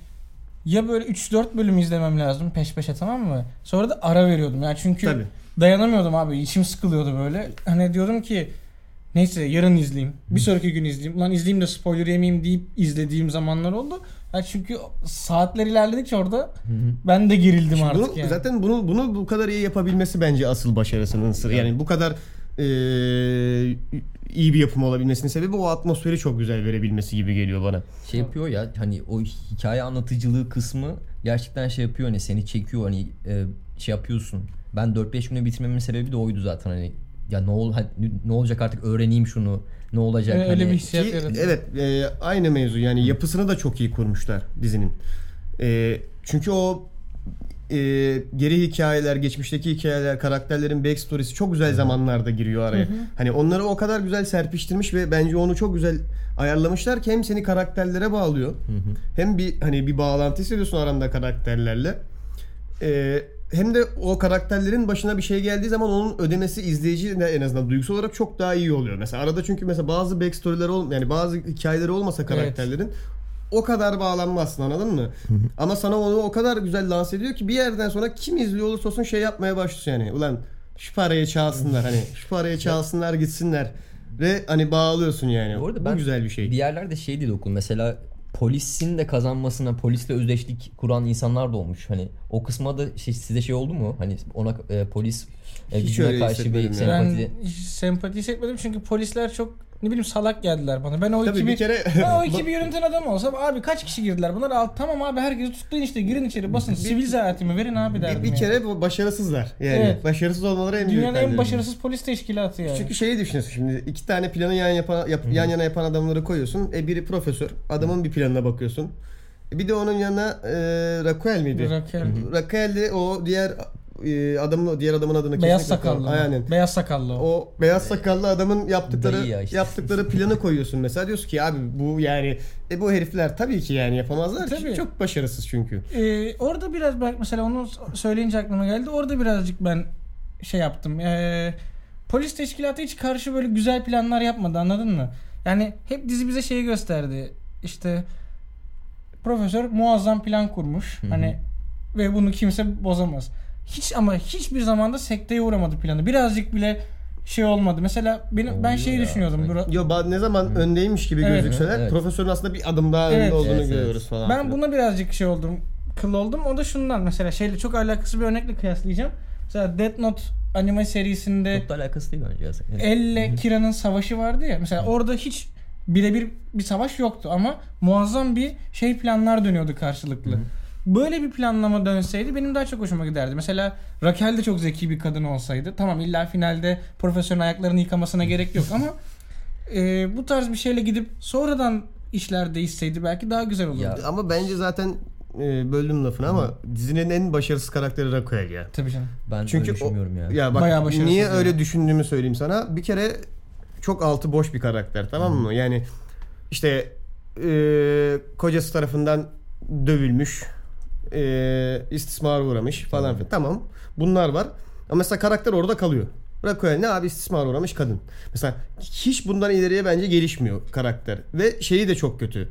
Speaker 1: ya böyle 3-4 bölüm izlemem lazım peş peşe tamam mı? Sonra da ara veriyordum. Yani çünkü
Speaker 2: Tabii.
Speaker 1: dayanamıyordum abi. içim sıkılıyordu böyle. Hani diyordum ki neyse yarın izleyeyim. Bir sonraki gün izleyeyim. Ulan izleyeyim de spoiler yemeyeyim deyip izlediğim zamanlar oldu. Ya çünkü saatler ilerledikçe orada ben de gerildim
Speaker 2: Şimdi
Speaker 1: artık
Speaker 2: bunu-
Speaker 1: yani.
Speaker 2: Zaten bunu bunu bu kadar iyi yapabilmesi bence asıl başarısının sırrı. Yani bu kadar e, iyi bir yapım olabilmesinin sebebi o atmosferi çok güzel verebilmesi gibi geliyor bana.
Speaker 4: şey yapıyor ya hani o hikaye anlatıcılığı kısmı gerçekten şey yapıyor hani seni çekiyor hani e, şey yapıyorsun. Ben 4-5 güne bitirmemin sebebi de oydu zaten hani ya ne ol hani ne olacak artık öğreneyim şunu ne olacak
Speaker 1: Öyle
Speaker 4: hani
Speaker 1: bir hissiyat
Speaker 2: Ki-
Speaker 1: yaratıyor.
Speaker 2: Evet e, aynı mevzu yani yapısını da çok iyi kurmuşlar dizinin. E, çünkü o e, geri hikayeler, geçmişteki hikayeler, karakterlerin backstory'si çok güzel zamanlarda giriyor araya. Hani onları o kadar güzel serpiştirmiş ve bence onu çok güzel ayarlamışlar ki hem seni karakterlere bağlıyor. Hem bir hani bir bağlantı hissediyorsun aranda karakterlerle. E, hem de o karakterlerin başına bir şey geldiği zaman onun ödemesi izleyici de en azından duygusal olarak çok daha iyi oluyor. Mesela arada çünkü mesela bazı backstory'leri ol yani bazı hikayeleri olmasa karakterlerin o kadar bağlanmazsın anladın mı? Ama sana onu o kadar güzel lanse ediyor ki bir yerden sonra kim izliyor olursa olsun şey yapmaya başlıyor yani. Ulan Şu parayı çalsınlar hani. Şu parayı çalsınlar gitsinler. Ve hani bağlıyorsun yani.
Speaker 4: Bu arada
Speaker 2: Bu
Speaker 4: ben
Speaker 2: güzel bir şey.
Speaker 4: Bir yerlerde şey dedi okul mesela polisin de kazanmasına polisle özdeşlik kuran insanlar da olmuş. Hani o kısma da şey, size şey oldu mu? Hani ona e, polis e,
Speaker 2: Hiç
Speaker 4: gücüne
Speaker 2: öyle
Speaker 4: karşı bir
Speaker 2: hissetmedim ya.
Speaker 4: sempati.
Speaker 1: Ben hiç sempati hissetmedim çünkü polisler çok ne bileyim salak geldiler bana. Ben o
Speaker 2: Tabii
Speaker 1: ekibi
Speaker 2: bir kere
Speaker 1: ben o
Speaker 2: *laughs*
Speaker 1: ekibi yöneten adam olsam abi kaç kişi girdiler? Bunlar alt tamam abi herkesi tuttun işte girin içeri basın sivil zanaatimi verin abi derdim.
Speaker 2: bir, bir
Speaker 1: yani.
Speaker 2: kere bu başarısızlar. Yani
Speaker 1: Evet.
Speaker 2: başarısız olmaları en büyük
Speaker 1: dünyanın en
Speaker 2: derdim.
Speaker 1: başarısız polis teşkilatı yani.
Speaker 2: Çünkü şeyi düşünüyorsun şimdi iki tane planı yan, yapa, yap- yan yana yapan adamları koyuyorsun. E biri profesör. Adamın bir planına bakıyorsun. E, bir de onun yanına e, Raquel miydi?
Speaker 1: Raquel.
Speaker 2: Raquel de o diğer e, adamın diğer adamın adını
Speaker 1: Beyaz
Speaker 2: kesinlikle-
Speaker 1: sakallı.
Speaker 2: Aynen.
Speaker 1: Beyaz sakallı. o.
Speaker 2: O beyaz sakallı adamın yaptıkları
Speaker 4: Dayı ya işte.
Speaker 2: yaptıkları planı koyuyorsun mesela diyorsun ki abi bu yani e bu herifler tabii ki yani yapamazlar.
Speaker 1: Tabii.
Speaker 2: Tabii. Çok başarısız çünkü.
Speaker 1: Ee, orada biraz bak mesela onu söyleyince aklıma geldi. Orada birazcık ben şey yaptım. Ee, polis teşkilatı hiç karşı böyle güzel planlar yapmadı anladın mı? Yani hep dizi bize şeyi gösterdi. İşte profesör muazzam plan kurmuş. Hani ve bunu kimse bozamaz. Hiç ama hiçbir zamanda sekteye uğramadı planı. Birazcık bile şey olmadı. Mesela benim ben
Speaker 4: Oluyor
Speaker 1: şeyi
Speaker 4: ya.
Speaker 1: düşünüyordum.
Speaker 4: Sanki.
Speaker 1: Bura-
Speaker 2: Yo ba- ne zaman öndeymiş gibi
Speaker 1: Evet.
Speaker 2: gözükseler
Speaker 4: Evet.
Speaker 2: profesörün aslında bir adım daha
Speaker 1: Evet.
Speaker 2: önde olduğunu
Speaker 4: Evet, evet.
Speaker 2: görüyoruz falan.
Speaker 1: Ben
Speaker 2: filan.
Speaker 1: buna birazcık şey oldum. Kıl oldum. O da şundan mesela şeyle çok alakası bir örnekle kıyaslayacağım. Mesela Death Note anime serisinde
Speaker 4: Çok da alakası değil bence. aslında.
Speaker 1: Elle Kira'nın savaşı vardı ya. Mesela orada hiç birebir bir savaş yoktu ama muazzam bir şey planlar dönüyordu karşılıklı. Böyle bir planlama dönseydi benim daha çok hoşuma giderdi. Mesela Raquel de çok zeki bir kadın olsaydı. Tamam illa finalde profesörün ayaklarını yıkamasına gerek yok
Speaker 4: *laughs*
Speaker 1: ama e, bu tarz bir şeyle gidip sonradan işler değişseydi belki daha güzel olurdu.
Speaker 4: Ya.
Speaker 2: Ama bence zaten e, böldüm lafını ama dizinin en başarısız karakteri Raquel ya.
Speaker 1: Tabii canım.
Speaker 4: Ben
Speaker 2: Çünkü
Speaker 4: öyle düşünmüyorum
Speaker 2: o,
Speaker 4: ya.
Speaker 2: ya bak
Speaker 1: Bayağı başarısız
Speaker 2: niye
Speaker 1: yani.
Speaker 2: öyle düşündüğümü söyleyeyim sana. Bir kere çok altı boş bir karakter tamam mı? Yani işte e, kocası tarafından dövülmüş, e, istismara uğramış falan filan. Tamam bunlar var. Ama mesela karakter orada kalıyor. Raquel ne abi istismara uğramış kadın. Mesela hiç bundan ileriye bence gelişmiyor karakter. Ve şeyi de çok kötü.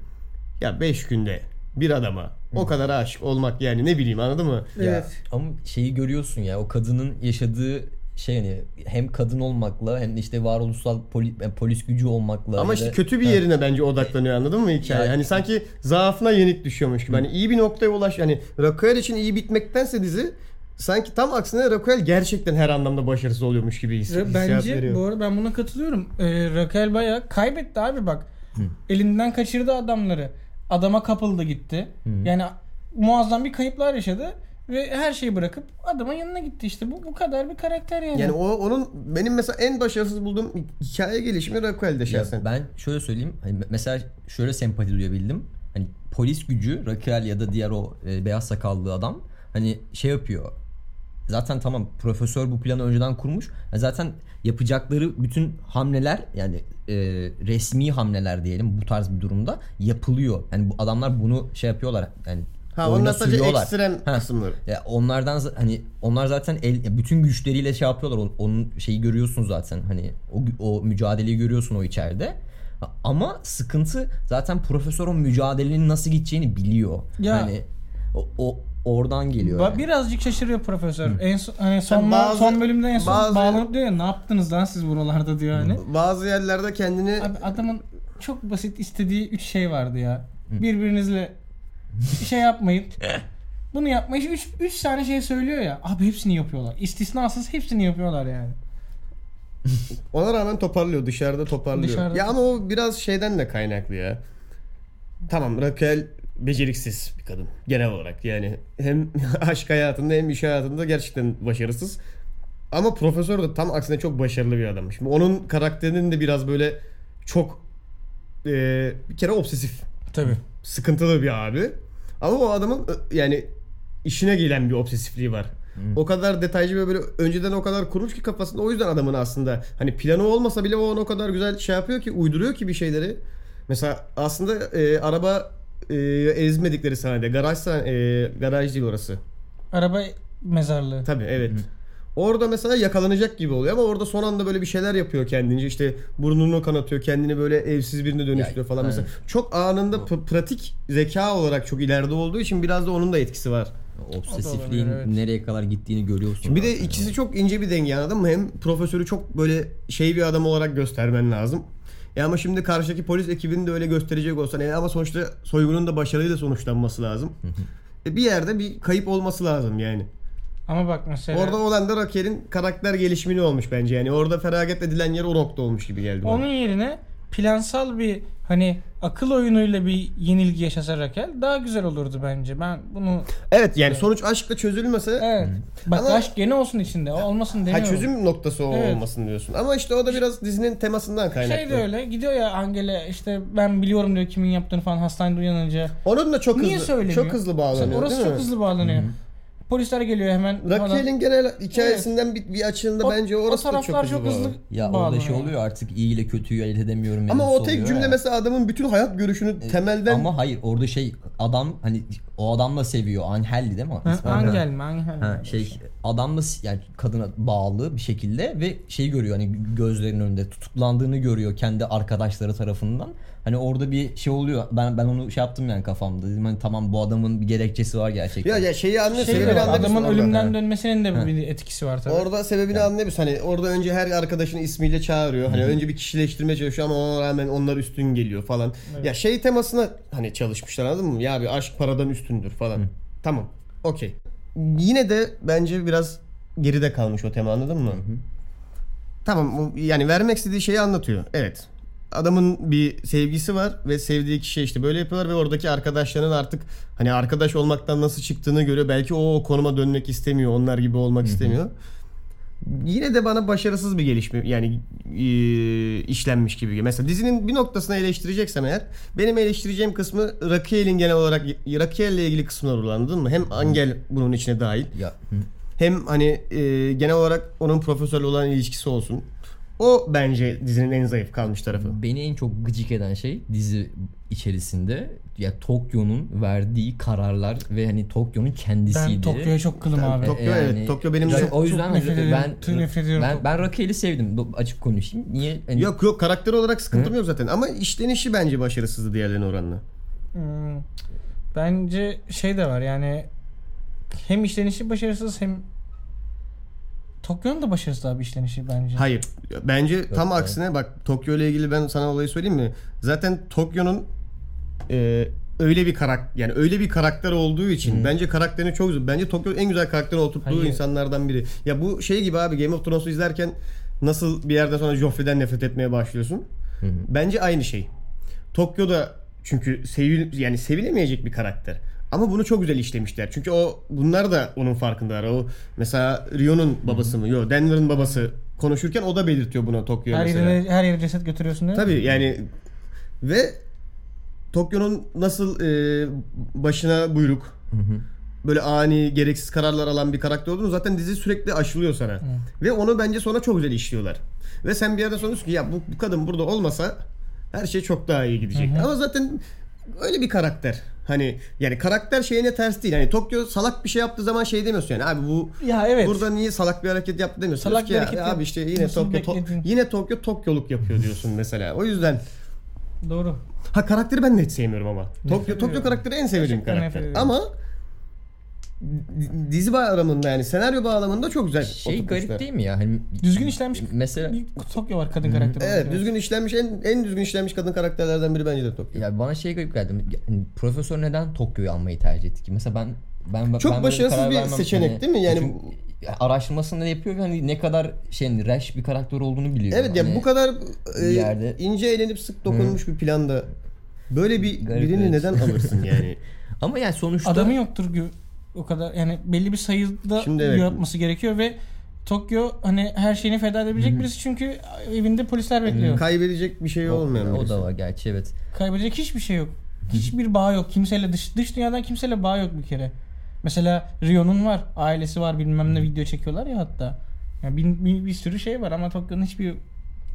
Speaker 2: Ya 5 günde bir adama o kadar aşık olmak yani ne bileyim anladın mı?
Speaker 4: Ya,
Speaker 1: Evet.
Speaker 4: ama şeyi görüyorsun ya o kadının yaşadığı şey hani hem kadın olmakla hem de işte varoluşsal poli- e, polis gücü olmakla
Speaker 2: Ama
Speaker 4: ya
Speaker 2: işte
Speaker 4: da-
Speaker 2: kötü bir
Speaker 4: Ha,
Speaker 2: yerine bence odaklanıyor anladın mı hikaye?
Speaker 4: Yani-
Speaker 2: Hani sanki zaafına yenik düşüyormuş gibi. Hani iyi bir noktaya ulaş. Hani Raquel için iyi bitmektense dizi sanki tam aksine Raquel gerçekten her anlamda başarısız oluyormuş gibi his,
Speaker 1: Ve
Speaker 2: Şey hissiyat
Speaker 1: bence
Speaker 2: veriyor.
Speaker 1: bu arada ben buna katılıyorum. Ee, Raquel bayağı kaybetti abi bak. Elinden kaçırdı adamları. Adama kapıldı gitti. Yani muazzam bir kayıplar yaşadı ve her şeyi bırakıp adamın yanına gitti işte. Bu bu kadar bir karakter yani.
Speaker 2: Yani o onun benim mesela en başarısız bulduğum hikaye gelişimi Raquel'de
Speaker 4: Ya
Speaker 2: şahsen.
Speaker 4: ben şöyle söyleyeyim. Hani me- mesela şöyle sempati duyabildim. Hani polis gücü Raquel ya da diğer o e, beyaz sakallı adam hani şey yapıyor. Zaten tamam profesör bu planı önceden kurmuş. Ya zaten yapacakları bütün hamleler yani e, resmi hamleler diyelim bu tarz bir durumda yapılıyor. Yani bu adamlar bunu şey yapıyorlar. Yani
Speaker 2: ha
Speaker 4: oyuna
Speaker 2: onlar sadece
Speaker 4: sürüyorlar.
Speaker 2: ekstrem
Speaker 4: Ha.
Speaker 2: kısımları.
Speaker 4: Ya onlardan za- hani onlar zaten el, ya bütün güçleriyle şey yapıyorlar. On- Onun şeyi görüyorsun zaten. Hani o gü- o mücadeleyi görüyorsun o içeride. A- Ama sıkıntı zaten profesör o mücadelenin nasıl gideceğini biliyor.
Speaker 1: Ya.
Speaker 4: Hani o, o oradan geliyor.
Speaker 1: Ba-
Speaker 4: yani.
Speaker 1: Birazcık şaşırıyor profesör. En son, hani son,
Speaker 2: Tabii bazı-
Speaker 1: son bölümde en son
Speaker 2: bazı-
Speaker 1: bağlanıp diyor ya ne yaptınız lan siz buralarda diyor hani.
Speaker 2: Bazı yerlerde kendini
Speaker 1: Abi adamın çok basit istediği üç şey vardı ya. Birbirinizle şey yapmayın. Bunu yapmayın. Şu Üç, üç tane şey söylüyor ya. Abi hepsini yapıyorlar. İstisnasız hepsini yapıyorlar yani.
Speaker 2: Ona rağmen toparlıyor. Dışarıda toparlıyor.
Speaker 1: Dışarıda.
Speaker 2: Ya ama o biraz şeyden de kaynaklı ya. Tamam Raquel beceriksiz bir kadın. Genel olarak yani. Hem *laughs* aşk hayatında hem iş hayatında gerçekten başarısız. Ama profesör de tam aksine çok başarılı bir adam. Şimdi onun karakterinin de biraz böyle çok eee, bir kere obsesif
Speaker 1: Tabii.
Speaker 2: sıkıntılı bir abi. Ama o adamın ö- yani işine gelen bir obsesifliği var. O kadar detaycı ve böyle önceden o kadar kurmuş ki kafasında o yüzden adamın aslında hani planı olmasa bile o onu o kadar güzel şey yapıyor ki uyduruyor ki bir şeyleri. Mesela aslında e, araba e, ezmedikleri sahnede garaj sahne, e, garaj değil orası.
Speaker 1: Araba mezarlığı.
Speaker 2: Tabii evet. Orada mesela yakalanacak gibi oluyor ama orada son anda böyle bir şeyler yapıyor kendince. İşte burnunu kanatıyor, kendini böyle evsiz birine dönüştürüyor
Speaker 4: Ya,
Speaker 2: falan
Speaker 4: aynen.
Speaker 2: mesela. Çok anında p- pratik zeka olarak çok ileride olduğu için biraz da onun da etkisi var.
Speaker 4: Obsesifliğin
Speaker 1: olabilir, evet.
Speaker 4: nereye kadar gittiğini görüyorsun.
Speaker 2: Şimdi bir de
Speaker 4: zaten.
Speaker 2: ikisi çok ince bir denge anladın mı? Hem profesörü çok böyle şey bir adam olarak göstermen lazım. E ama şimdi karşıdaki polis ekibini de öyle gösterecek olsan e ama sonuçta soygunun da başarıyla sonuçlanması lazım. E bir yerde bir kayıp olması lazım yani.
Speaker 1: Ama bak mesela
Speaker 2: Orada olan da Rocker'in karakter gelişimini olmuş bence yani. Orada feragat edilen yer o nokta olmuş gibi geldi bana.
Speaker 1: onun yerine plansal bir hani akıl oyunuyla bir yenilgi yaşasa Raquel daha güzel olurdu bence. Ben bunu
Speaker 2: Evet yani sonuç aşkla çözülmese
Speaker 1: evet. Bak
Speaker 2: Ama-
Speaker 1: aşk gene olsun içinde. O olmasın
Speaker 2: ha
Speaker 1: demiyorum.
Speaker 2: çözüm noktası o
Speaker 1: Evet.
Speaker 2: olmasın diyorsun. Ama işte o da biraz dizinin temasından kaynaklı.
Speaker 1: şey de öyle. Gidiyor ya Angela işte ben biliyorum diyor kimin yaptığını falan hastanede uyanınca.
Speaker 2: Onun da çok
Speaker 1: Niye
Speaker 2: hızlı
Speaker 1: söylemiyor?
Speaker 2: çok hızlı bağlanıyor
Speaker 1: Sen- Orası
Speaker 2: değil
Speaker 1: çok
Speaker 2: mi?
Speaker 1: hızlı bağlanıyor. Polisler geliyor hemen. falan.
Speaker 2: Raquel'in genel hikayesinden bir, bir açığında
Speaker 1: O-
Speaker 2: bence orası
Speaker 1: o
Speaker 2: da çok
Speaker 1: taraflar
Speaker 2: hızlı.
Speaker 1: çok hızlı,
Speaker 2: bağlanıyor.
Speaker 4: ya orada
Speaker 1: bağlanıyor.
Speaker 4: şey oluyor artık iyi ile kötüyü ayırt edemiyorum.
Speaker 2: Ama
Speaker 4: mevzusu
Speaker 2: o tek
Speaker 4: oluyor
Speaker 2: cümle
Speaker 4: ya. E,
Speaker 2: mesela adamın bütün hayat görüşünü temelden
Speaker 4: Ama hayır orada şey adam hani o adamla seviyor. Angelli değil mi?
Speaker 1: Ha,
Speaker 4: İsmi Angel.
Speaker 1: Angel mi? Angel mi?
Speaker 4: hani- Ha, şey adamla s- yani kadına bağlı bir şekilde ve şey görüyor hani gözlerinin önünde tutuklandığını görüyor kendi arkadaşları tarafından. Hani orada bir şey oluyor. Ben ben onu şey yaptım yani kafamda. Dedim hani tamam bu adamın bir gerekçesi var gerçekten.
Speaker 2: ya ya şeyi anlıyorsun.
Speaker 1: Şey de
Speaker 2: sebebini
Speaker 1: var,
Speaker 2: anlamıyorsun
Speaker 1: adamın
Speaker 2: orada.
Speaker 1: ölümden dönmesinin de bir etkisi var tabii.
Speaker 2: Orada sebebini anlamıyorsun. Hani orada önce her arkadaşını ismiyle çağırıyor. Hani önce bir kişileştirmeye çalışıyor ama ona rağmen onlar üstün geliyor falan. Ya şey temasına hani çalışmışlar anladın mı? Ya bir aşk paradan üstündür falan. Tamam. Okey. Yine de bence biraz geride kalmış o tema anladın mı? Tamam bu- yani vermek istediği şeyi anlatıyor. Evet. Adamın bir sevgisi var ve sevdiği kişiye işte böyle yapıyorlar ve oradaki arkadaşlarının artık hani arkadaş olmaktan nasıl çıktığını görüyor. Belki o, o konuma dönmek istemiyor. Onlar gibi olmak istemiyor. Yine de bana başarısız bir gelişme yani e, işlenmiş gibi. Mesela dizinin bir noktasını eleştireceksem eğer benim eleştireceğim kısmı Raquel'in genel olarak Raquel'le ilgili kısımlar olan, anladın mı? Hem Angel bunun içine dahil.
Speaker 4: Ya, hı.
Speaker 2: Hem hani e, genel olarak onun profesörle olan ilişkisi olsun. O bence dizinin en zayıf kalmış tarafı.
Speaker 4: Beni en çok gıcık eden şey dizi içerisinde ya Tokyo'nun verdiği kararlar ve hani Tokyo'nun kendisiydi.
Speaker 1: ben Tokyo'ya çok kılım abi.
Speaker 2: Tokyo evet. Tokyo benim
Speaker 4: Ra-
Speaker 2: çok-
Speaker 4: o yüzden
Speaker 1: çok nefret
Speaker 4: ben
Speaker 1: ediyorum. Çok nefret ediyorum
Speaker 4: ben,
Speaker 1: Tokyo.
Speaker 4: ben Raquel'i sevdim. Do- Açık konuşayım. Niye? Hani-
Speaker 2: Yok yok karakter olarak sıkıntım yok zaten ama işlenişi bence başarısızdı diğerlerine oranla.
Speaker 1: Hmm. Bence şey de var yani hem işlenişi başarısız hem Tokyo'nun da başarısız abi işlenişi bence.
Speaker 2: Hayır. Bence tam
Speaker 4: hayır.
Speaker 2: aksine bak Tokyo ile ilgili ben sana olayı söyleyeyim mi? Zaten Tokyo'nun e, öyle bir karakter yani öyle bir karakter olduğu için bence karakterini çok güzel. Bence Tokyo en güzel karakteri oturttuğu
Speaker 1: Hayır.
Speaker 2: insanlardan biri. Ya bu şey gibi abi Game of Thrones'u izlerken nasıl bir yerden sonra Joffrey'den nefret etmeye başlıyorsun? Bence aynı şey. Tokyo'da çünkü sevil yani sevilemeyecek bir karakter. Ama bunu çok güzel işlemişler. Çünkü o bunlar da onun farkındalar. O mesela Rio'nun babası mı? Yok, Denver'ın babası konuşurken o da belirtiyor buna Tokyo
Speaker 1: her
Speaker 2: mesela.
Speaker 1: yere her yere ceset götürüyorsun değil mi?
Speaker 2: Tabii yani ve Tokyo'nun nasıl e, başına buyruk böyle ani gereksiz kararlar alan bir karakter olduğunu zaten dizi sürekli aşılıyor sana. Ve onu bence sonra çok güzel işliyorlar. Ve sen bir yerden sonra diyorsun ki ya bu, bu kadın burada olmasa her şey çok daha iyi gidecek. Ama zaten öyle bir karakter. Hani yani karakter şeyine ters değil. Hani Tokyo salak bir şey yaptığı zaman şey demiyorsun yani abi bu
Speaker 1: Ya evet.
Speaker 2: Burada niye salak bir hareket yaptı demiyorsun.
Speaker 1: Salak
Speaker 2: Salak
Speaker 1: bir hareket yap-
Speaker 2: abi işte yine
Speaker 1: nasıl
Speaker 2: Tokyo to-
Speaker 1: bekledin?
Speaker 2: yine Tokyo Tokyoluk yapıyor diyorsun mesela. O yüzden
Speaker 1: Doğru.
Speaker 2: ha karakteri ben de hiç sevmiyorum ama. Tokyo Tokyo
Speaker 1: ediyorum.
Speaker 2: karakteri en sevdiğim
Speaker 1: Gerçekten
Speaker 2: karakter.
Speaker 1: nefret ediyorum.
Speaker 2: Ama di- dizi bağlamında yani senaryo bağlamında çok güzel
Speaker 4: şey
Speaker 2: oturtmuşlar.
Speaker 4: garip değil mi ya? Hani
Speaker 1: Düzgün işlenmiş
Speaker 4: mesela
Speaker 1: bir Tokyo var kadın karakteri. olarak.
Speaker 2: Evet, düzgün işlenmiş en en düzgün işlenmiş kadın karakterlerden biri bence de Tokyo.
Speaker 4: ya bana şey garip geldi. Yani profesör neden Tokyo'yu almayı tercih etti ki? Mesela ben ben
Speaker 2: Çok
Speaker 4: ben böyle
Speaker 2: başarısız
Speaker 4: karar
Speaker 2: bir
Speaker 4: vermem. Hani
Speaker 2: seçenek değil mi? Yani-
Speaker 4: çünkü araştırmasını da yapıyor ve hani ne kadar şey rash bir karakter olduğunu biliyor.
Speaker 2: Evet ya
Speaker 4: Hani-
Speaker 2: bu kadar e,
Speaker 4: yerde-
Speaker 2: ince eğlenip sık dokunmuş bir planda böyle bir
Speaker 4: Garip,
Speaker 2: birini
Speaker 4: evet.
Speaker 2: neden alırsın
Speaker 4: *laughs*
Speaker 2: yani?
Speaker 4: ama yani sonuçta
Speaker 1: Adamı yoktur gü- o kadar yani belli bir sayıda
Speaker 2: Şimdi evet.
Speaker 1: yaratması gerekiyor ve Tokyo hani her şeyini feda edebilecek birisi çünkü evinde polisler bekliyor.
Speaker 2: Kaybedecek bir şey olmayan
Speaker 4: o
Speaker 2: birisi.
Speaker 4: da var gerçi evet.
Speaker 1: Kaybedecek hiçbir şey yok. Hiçbir bağ yok. Kimseyle dış, dış dünyadan kimseyle bağ yok bir kere. Mesela Rio'nun var. Ailesi var bilmem ne video çekiyorlar ya hatta. Yani bir, bir, bir sürü şey var ama Tokyo'nun hiçbir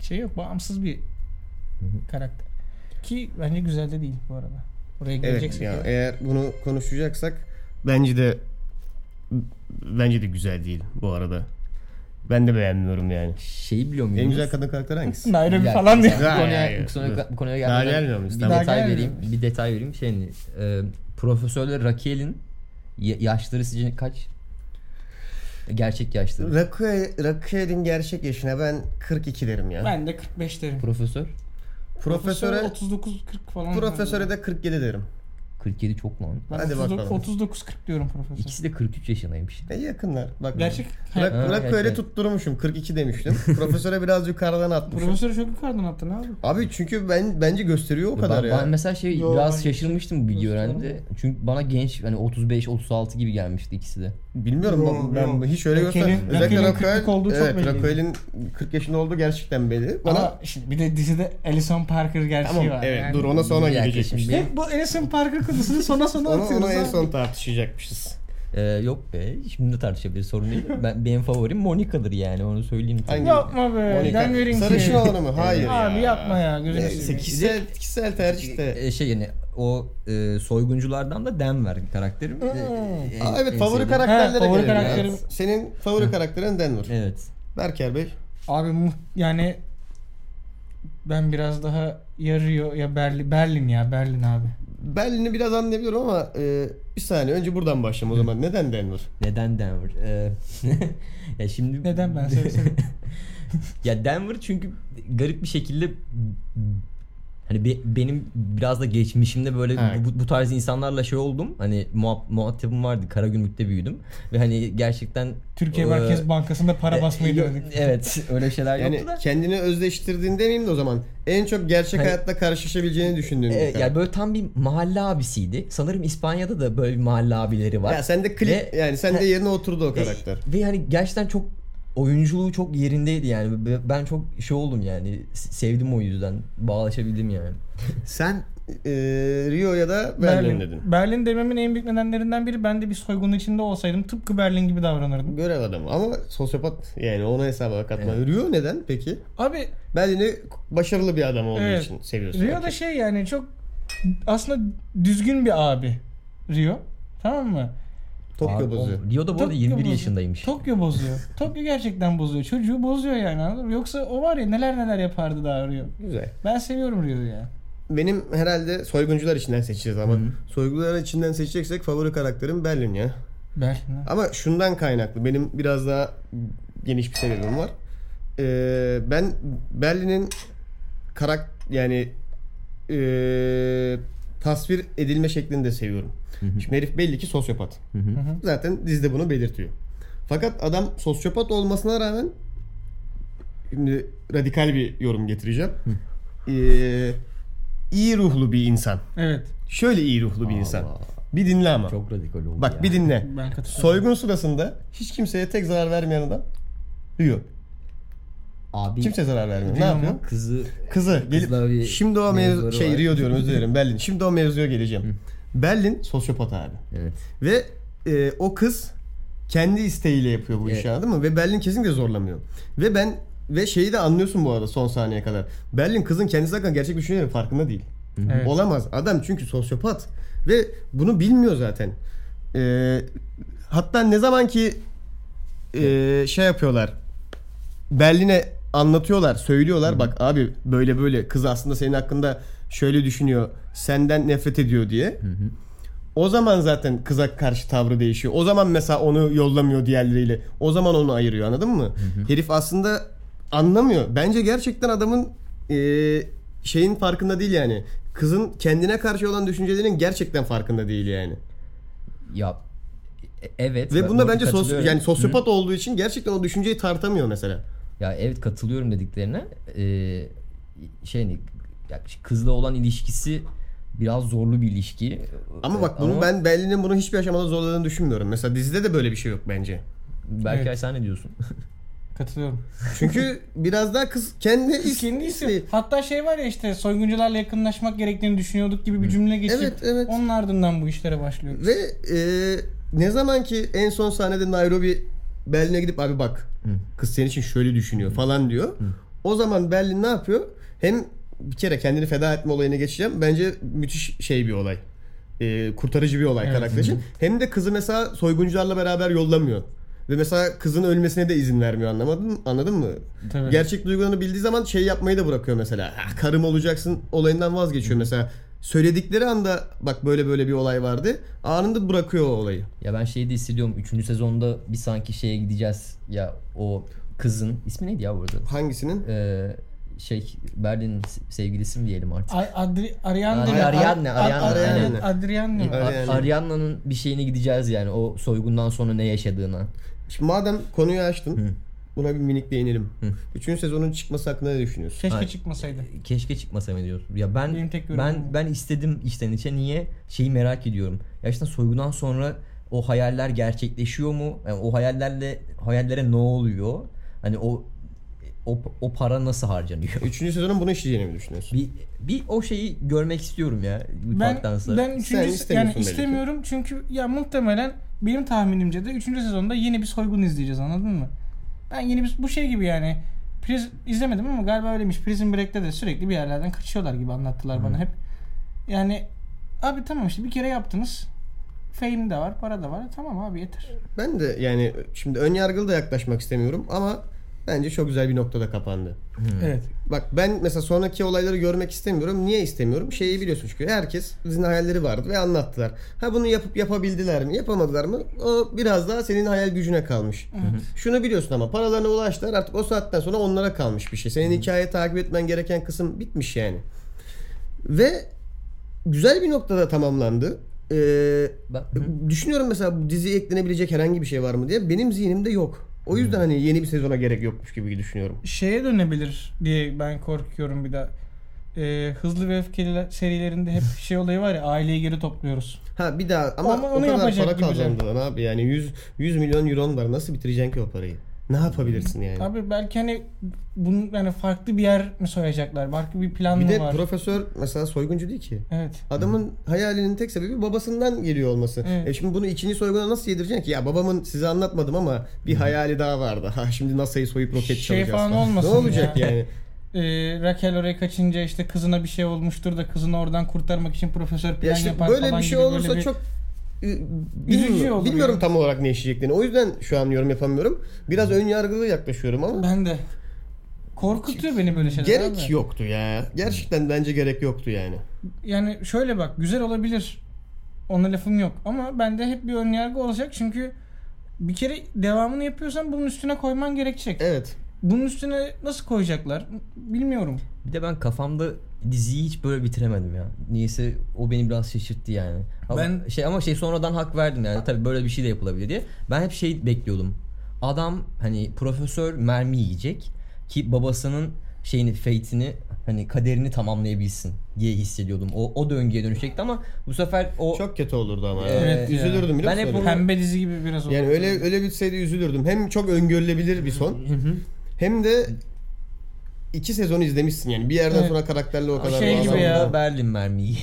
Speaker 1: şey yok. Bağımsız bir karakter. Ki bence güzel de değil bu arada. Oraya
Speaker 2: Evet
Speaker 1: geleceksek.
Speaker 2: ya
Speaker 1: yani.
Speaker 2: eğer bunu konuşacaksak bence de bence de güzel değil bu arada. Ben de beğenmiyorum yani.
Speaker 4: Şeyi biliyor muyuz?
Speaker 2: En güzel kadın karakter hangisi?
Speaker 1: Nairobi
Speaker 4: Ya,
Speaker 1: falan diyor.
Speaker 4: Bu konuya,
Speaker 2: Ya, ya, ya.
Speaker 4: bu konuya, bu konuya
Speaker 2: Daha
Speaker 4: gelmeden
Speaker 2: gelmiyor muyuz?
Speaker 4: bir
Speaker 2: Tamam.
Speaker 1: Daha
Speaker 4: detay
Speaker 1: gelmiyor
Speaker 4: vereyim. Bir detay vereyim. Şey, e, Profesörle Raquel'in Ya- yaşları sizce kaç? Gerçek yaşları.
Speaker 2: Rakı, Rakı'nın gerçek yaşına ben 42 derim ya.
Speaker 1: Ben de 45 derim.
Speaker 4: Profesör
Speaker 2: profesöre
Speaker 1: 39 40 falan.
Speaker 2: profesöre de 47 derim.
Speaker 4: 47 çok lan.
Speaker 1: Ben
Speaker 2: Hadi
Speaker 1: 39,
Speaker 2: bakalım.
Speaker 1: 39 40 diyorum profesör.
Speaker 4: İkisi de 43 yaşındaymış.
Speaker 2: E yakınlar. Bak.
Speaker 1: Gerçek.
Speaker 2: Rak,
Speaker 4: Ha,
Speaker 2: rakı öyle
Speaker 4: gerçek.
Speaker 2: tutturmuşum. 42 demiştim. Profesöre biraz yukarıdan atmışım.
Speaker 1: Profesörü çok yukarıdan attın abi.
Speaker 2: Abi çünkü ben bence gösteriyor o kadar
Speaker 4: ben,
Speaker 2: ya.
Speaker 4: ben mesela şey
Speaker 1: Yo,
Speaker 4: biraz
Speaker 1: ben-
Speaker 4: şaşırmıştım bu bilgi
Speaker 1: Yok,
Speaker 4: öğrendiğimde. Çünkü bana genç hani 35 36 gibi gelmişti ikisi de.
Speaker 2: Bilmiyorum
Speaker 1: Yo,
Speaker 2: ben- ben
Speaker 1: yo.
Speaker 2: hiç öyle
Speaker 1: Rakı'nın-
Speaker 2: göstermiyorum. Özellikle
Speaker 1: Rakı'nın 40'lık
Speaker 2: Rafael,
Speaker 1: olduğu çok
Speaker 2: evet,
Speaker 1: belli.
Speaker 2: Rafael'in 40 yaşında olduğu gerçekten belli. Bana
Speaker 1: Ama şimdi bir de dizide Alison Parker gerçeği
Speaker 2: tamam
Speaker 1: var.
Speaker 2: evet
Speaker 1: yani.
Speaker 2: dur ona sonra
Speaker 4: Bir dakika
Speaker 2: gelecekmiş.
Speaker 4: şimdi.
Speaker 1: Hep bu Alison Parker konusunu sona sona
Speaker 2: Onu,
Speaker 1: atıyoruz.
Speaker 2: onu en
Speaker 1: abi.
Speaker 2: son tartışacakmışız.
Speaker 4: Ee, yok be şimdi de tartışabiliriz
Speaker 1: *laughs*
Speaker 4: sorun değil. ben, benim favorim Monica'dır yani onu söyleyeyim. tabii.
Speaker 2: Hangi-
Speaker 1: Yapma be.
Speaker 2: Monica.
Speaker 1: Ben verin
Speaker 2: Sarışın olanı mı? Hayır ya.
Speaker 1: Abi yapma ya, gözünü
Speaker 2: Neyse,
Speaker 1: seveyim.
Speaker 2: Kişisel, kişisel tercih de.
Speaker 4: Ee, şey yani o e, soygunculardan da Denver karakterim. Ee, en-
Speaker 2: Aa, evet
Speaker 4: en
Speaker 2: favori
Speaker 4: sevdiğim-
Speaker 2: karakterlere
Speaker 1: He, favori
Speaker 2: gelelim ya.
Speaker 1: karakterim-
Speaker 2: Senin favori karakterin Denver.
Speaker 4: Evet.
Speaker 2: Berker Bey.
Speaker 1: Abi mu- yani ben biraz daha yarıyor ya Berlin Berlin ya Berlin abi.
Speaker 2: Berlin'i biraz anlayabiliyorum ama e, bir saniye önce buradan başlayalım o zaman. Neden Denver?
Speaker 4: Neden Denver? Ee, *laughs* ya şimdi
Speaker 1: Neden ben
Speaker 2: *laughs*
Speaker 1: söylesem?
Speaker 4: Ya Denver çünkü garip bir şekilde hani be- benim biraz da geçmişimde böyle
Speaker 2: Ha.
Speaker 4: bu, bu tarz insanlarla şey oldum. Hani muha- muhatabım vardı. Karagümrük'te büyüdüm ve hani gerçekten
Speaker 1: Türkiye
Speaker 4: Ee,
Speaker 1: Merkez Bankası'nda para
Speaker 4: e,
Speaker 1: basmayı
Speaker 4: yo-
Speaker 1: denedik.
Speaker 4: Evet, öyle şeyler
Speaker 2: Yani
Speaker 4: yoktu da.
Speaker 2: kendini özdeştirdiğini demeyeyim de o zaman. En çok gerçek
Speaker 4: Hayır.
Speaker 2: hayatta karşılaşabileceğini düşündüğün bir
Speaker 4: E,
Speaker 2: karakter.
Speaker 4: yani böyle tam bir mahalle abisiydi. Sanırım İspanya'da da böyle bir mahalle abileri var.
Speaker 2: Ya sen de klip
Speaker 4: Ve-
Speaker 2: yani sen de
Speaker 4: He.
Speaker 2: yerine oturdu o
Speaker 4: Ve-
Speaker 2: karakter.
Speaker 4: Ve yani gerçekten çok oyunculuğu çok yerindeydi yani. Ve Ben çok şey oldum yani. s- Sevdim o yüzden. Bağlaşabildim yani.
Speaker 2: Sen e, Rio ya da Berlin,
Speaker 1: Berlin,
Speaker 2: dedin.
Speaker 1: Berlin dememin en büyük nedenlerinden biri ben de bir soygunun içinde olsaydım tıpkı Berlin gibi davranırdım.
Speaker 2: Görev adamı ama sosyopat yani ona hesaba katma. Rio neden peki?
Speaker 1: Abi
Speaker 2: Berlin'i başarılı bir adam olduğu
Speaker 1: Evet.
Speaker 2: için seviyorsun.
Speaker 1: Rio da
Speaker 2: Okey.
Speaker 1: şey yani çok aslında düzgün bir abi Rio. Tamam mı?
Speaker 2: Tokyo
Speaker 4: Abi,
Speaker 2: bozuyor.
Speaker 4: o- Rio'da bu arada
Speaker 1: Tokyo
Speaker 4: 21
Speaker 1: bozuyor.
Speaker 4: yaşındaymış.
Speaker 1: Tokyo
Speaker 4: *laughs*
Speaker 1: bozuyor. Tokyo gerçekten bozuyor. Çocuğu bozuyor yani anladın mı? Yoksa o var ya neler neler yapardı daha Rio.
Speaker 2: Güzel.
Speaker 1: Ben seviyorum Rio'yu ya.
Speaker 2: Benim herhalde soyguncular içinden seçeceğiz ama soyguncular içinden seçeceksek favori karakterim Berlin ya.
Speaker 1: Berlin ha.
Speaker 2: Ama şundan kaynaklı. Benim biraz daha geniş bir sebebim var. Ee, ben Berlin'in karak yani ee, tasvir edilme şeklini de seviyorum. Şimdi herif belli ki sosyopat. Zaten dizide bunu belirtiyor. Fakat adam sosyopat olmasına rağmen şimdi radikal bir yorum getireceğim. Ee, iyi ruhlu bir insan.
Speaker 1: Evet.
Speaker 2: Şöyle iyi ruhlu bir insan.
Speaker 4: Allah.
Speaker 2: Bir dinle ama.
Speaker 4: Çok radikal oldu
Speaker 2: Bak
Speaker 4: ya.
Speaker 2: bir dinle.
Speaker 1: Ben katılıyorum.
Speaker 2: Soygun sırasında hiç kimseye tek zarar vermeyen adam Rio.
Speaker 4: Abi
Speaker 2: Kimse zarar vermiyor. Ne
Speaker 1: Rio mu?
Speaker 2: yapıyor?
Speaker 4: kızı
Speaker 2: Kızı
Speaker 4: Kızla bir
Speaker 2: gelip şimdi o mevzu
Speaker 4: mevzuları
Speaker 2: şey
Speaker 4: var.
Speaker 2: Rio diyorum özür dilerim Berlin. Şimdi o mevzuya geleceğim. Berlin sosyopat abi.
Speaker 4: evet.
Speaker 2: Ve e, o kız kendi isteğiyle yapıyor bu işi
Speaker 4: Evet.
Speaker 2: anladın mı? Ve Berlin kesinlikle zorlamıyor. Ve ben ve şeyi de anlıyorsun bu arada son saniyeye kadar. Berlin kızın kendisi hakkında gerçek düşünceleri farkında değil.
Speaker 1: Evet.
Speaker 2: Olamaz. Adam çünkü sosyopat. Ve bunu bilmiyor zaten. Ee, hatta ne zaman ki e, şey yapıyorlar. Berlin'e anlatıyorlar, söylüyorlar. Bak abi böyle böyle kız aslında senin hakkında şöyle düşünüyor. Senden nefret ediyor diye. O zaman zaten kıza karşı tavrı değişiyor. O zaman mesela onu yollamıyor diğerleriyle. O zaman onu ayırıyor anladın mı? Herif aslında anlamıyor. Bence gerçekten adamın eee, şeyin farkında değil yani. Kızın kendine karşı olan düşüncelerinin gerçekten farkında değil yani.
Speaker 4: Ya e- evet.
Speaker 2: Ve
Speaker 4: ben-
Speaker 2: bunda
Speaker 4: bu-
Speaker 2: bence sos,
Speaker 4: katılıyorum.
Speaker 2: yani sosyopat olduğu için gerçekten o düşünceyi tartamıyor mesela.
Speaker 4: Ya evet katılıyorum dediklerine. Ee, şey ne ya kızla olan ilişkisi biraz zorlu bir ilişki.
Speaker 2: Ama
Speaker 4: Ee,
Speaker 2: bak bunu ben Berlin'in bunu hiçbir aşamada zorladığını düşünmüyorum. Mesela dizide de böyle bir şey yok bence.
Speaker 4: belki
Speaker 1: Evet.
Speaker 4: sen ne diyorsun? *laughs*
Speaker 1: Katılıyorum.
Speaker 2: Çünkü *laughs* biraz daha kız kendi
Speaker 1: Biz kendi isim. Hatta şey var ya işte soyguncularla yakınlaşmak gerektiğini düşünüyorduk gibi bir cümle geçip
Speaker 2: Evet, evet.
Speaker 1: onun ardından bu işlere başlıyoruz.
Speaker 2: Ve e, ne zaman ki en son sahnede Nairobi Berlin'e gidip abi bak kız senin için şöyle düşünüyor falan diyor. O zaman Berlin ne yapıyor? Hem bir kere kendini feda etme olayına geçeceğim. Bence müthiş şey bir olay. E, kurtarıcı bir olay karakter için. Hem de kızı mesela soyguncularla beraber yollamıyor. Ve mesela kızın ölmesine de izin vermiyor anlamadın anladın mı?
Speaker 1: Tabii.
Speaker 2: Gerçek duygularını bildiği zaman şey yapmayı da bırakıyor mesela. "Ah, Karım olacaksın olayından vazgeçiyor mesela. söyledikleri anda bak böyle böyle bir olay vardı. Anında bırakıyor o olayı.
Speaker 4: Ya ben şeyi de hissediyorum. Üçüncü sezonda bir sanki şeye gideceğiz. Ya o kızın ismi neydi ya burada?
Speaker 2: Hangisinin?
Speaker 4: Ee, şey Berlin'in sevgilisi mi diyelim artık?
Speaker 1: Ay, Adri, Ariane
Speaker 4: Adri- Ariane, Ariane,
Speaker 1: Adrienne.
Speaker 2: aynen.
Speaker 1: Adrienne.
Speaker 4: A-
Speaker 2: Ariana.
Speaker 4: Arianna'nın bir şeyine gideceğiz yani o soygundan sonra ne yaşadığına.
Speaker 2: Şimdi madem konuyu açtın.
Speaker 4: Hı.
Speaker 2: Buna bir minik değinelim. Üçüncü sezonun çıkması hakkında ne düşünüyorsun?
Speaker 1: Keşke
Speaker 4: Ay.
Speaker 1: çıkmasaydı.
Speaker 4: Keşke çıkmasa mı diyorsun? Ya ben
Speaker 1: Benim tek yorumum
Speaker 4: ben
Speaker 1: bu.
Speaker 4: ben istedim içten içe niye şeyi merak ediyorum. Gerçekten soygundan sonra o hayaller gerçekleşiyor mu? Yani o hayallerle hayallere ne oluyor? Hani o o, o para nasıl harcanıyor? *laughs*
Speaker 2: Üçüncü sezonun bunu işleyeceğini mi düşünüyorsun?
Speaker 4: Bir, bir o şeyi görmek istiyorum ya
Speaker 1: Ben
Speaker 4: mutfaktansa.
Speaker 1: ben üçüncü
Speaker 2: istemiyorsun
Speaker 1: yani
Speaker 2: belli ki.
Speaker 1: istemiyorum çünkü ya muhtemelen benim tahminimce de 3. sezonda yeni bir soygun izleyeceğiz anladın mı? Ben yeni bir bu şey gibi yani Priz, izlemedim ama galiba öyleymiş. Prison Break'te de sürekli bir yerlerden kaçıyorlar gibi anlattılar bana hep. Yani abi tamam işte bir kere yaptınız. Fame de var, para da var. Tamam abi yeter.
Speaker 2: Ben de yani şimdi ön yargılı da yaklaşmak istemiyorum ama bence çok güzel bir noktada kapandı.
Speaker 1: Evet.
Speaker 2: Bak ben mesela sonraki olayları görmek istemiyorum. Niye istemiyorum? Şeyi biliyorsun çünkü herkes sizin hayalleri vardı ve anlattılar. Ha bunu yapıp yapabildiler mi? Yapamadılar mı? O biraz daha senin hayal gücüne kalmış. Şunu biliyorsun ama paralarına ulaştılar artık o saatten sonra onlara kalmış bir şey. Senin hikaye takip etmen gereken kısım bitmiş yani. Ve güzel bir noktada tamamlandı. Ee,
Speaker 4: Ben-
Speaker 2: düşünüyorum mesela bu diziye eklenebilecek herhangi bir şey var mı diye. Benim zihnimde yok. O yüzden hani yeni bir sezona gerek yokmuş gibi düşünüyorum.
Speaker 1: şeye dönebilir diye ben korkuyorum bir daha. Ee, hızlı ve öfkeli serilerinde
Speaker 2: *laughs*
Speaker 1: hep şey olayı var ya aileyi geri topluyoruz.
Speaker 2: Ha bir daha ama,
Speaker 1: Ama
Speaker 2: o
Speaker 1: onu
Speaker 2: kadar
Speaker 1: yapacak
Speaker 2: para
Speaker 1: gibi
Speaker 2: kazandı lan abi yani 100 100 milyon euron var nasıl bitireceksin ki o parayı? Ne yapabilirsin yani?
Speaker 1: Abi belki hani bunun yani farklı bir yer mi soyacaklar? Farklı bir plan
Speaker 2: bir
Speaker 1: mı
Speaker 2: de
Speaker 1: var?
Speaker 2: profesör mesela soyguncu değil ki.
Speaker 1: evet.
Speaker 2: Adamın hayalinin tek sebebi babasından geliyor olması.
Speaker 1: Evet.
Speaker 2: E şimdi bunu ikinci soyguna nasıl yedireceksin ki? Ya babamın size anlatmadım ama bir hayali daha vardı. Ha şimdi NASA'yı soyup roket
Speaker 1: Şey
Speaker 2: çalacağız
Speaker 1: falan olmasın
Speaker 2: Ne
Speaker 1: *laughs*
Speaker 2: olacak
Speaker 1: ya.
Speaker 2: yani?
Speaker 1: Ee, Raquel oraya kaçınca işte kızına bir şey olmuştur da kızını oradan kurtarmak için profesör plan
Speaker 2: Ya işte
Speaker 1: yapar
Speaker 2: böyle
Speaker 1: falan
Speaker 2: bir şey
Speaker 1: gibi
Speaker 2: olursa
Speaker 1: böyle bir-
Speaker 2: çok e,
Speaker 1: Üzücü
Speaker 2: bilmiyorum,
Speaker 1: olur
Speaker 2: bilmiyorum
Speaker 1: yani.
Speaker 2: tam olarak ne işleyeceklerini. O yüzden şu an yorum yapamıyorum. Biraz ön yargılı yaklaşıyorum ama.
Speaker 1: Ben de. Korkutuyor beni böyle şeyler
Speaker 2: Gerek
Speaker 1: abi.
Speaker 2: yoktu ya. Gerçekten bence gerek yoktu yani.
Speaker 1: yani şöyle bak güzel olabilir. Ona lafım yok ama bende hep bir önyargı olacak çünkü bir kere devamını yapıyorsan bunun üstüne koyman gerekecek.
Speaker 2: Evet.
Speaker 1: Bunun üstüne nasıl koyacaklar bilmiyorum.
Speaker 4: Bir de ben kafamda diziyi hiç böyle bitiremedim ya. Niyeyse o beni biraz şaşırttı yani. Ama
Speaker 1: Ben-
Speaker 4: şey ama şey sonradan hak verdim yani. Tabii böyle bir şey de yapılabilir diye. Ben hep şey bekliyordum. Adam hani profesör mermi yiyecek ki babasının şeyini fate'ini hani kaderini tamamlayabilsin diye hissediyordum. O o döngüye dönüşecekti ama bu sefer o
Speaker 2: Çok kötü olurdu ama.
Speaker 4: Evet
Speaker 2: Evet. Üzülürdüm biliyor
Speaker 4: Ben hep
Speaker 2: musun?
Speaker 4: onu-
Speaker 1: Pembe dizi gibi biraz oldu.
Speaker 2: Yani öyle öyle bitseydi üzülürdüm. Hem çok öngörülebilir bir son. Hem de iki sezon izlemişsin yani. Bir yerden
Speaker 1: Evet.
Speaker 2: sonra karakterle o kadar
Speaker 1: Şey
Speaker 2: bağlandı.
Speaker 1: gibi ya.
Speaker 4: Berlin mermi yedi.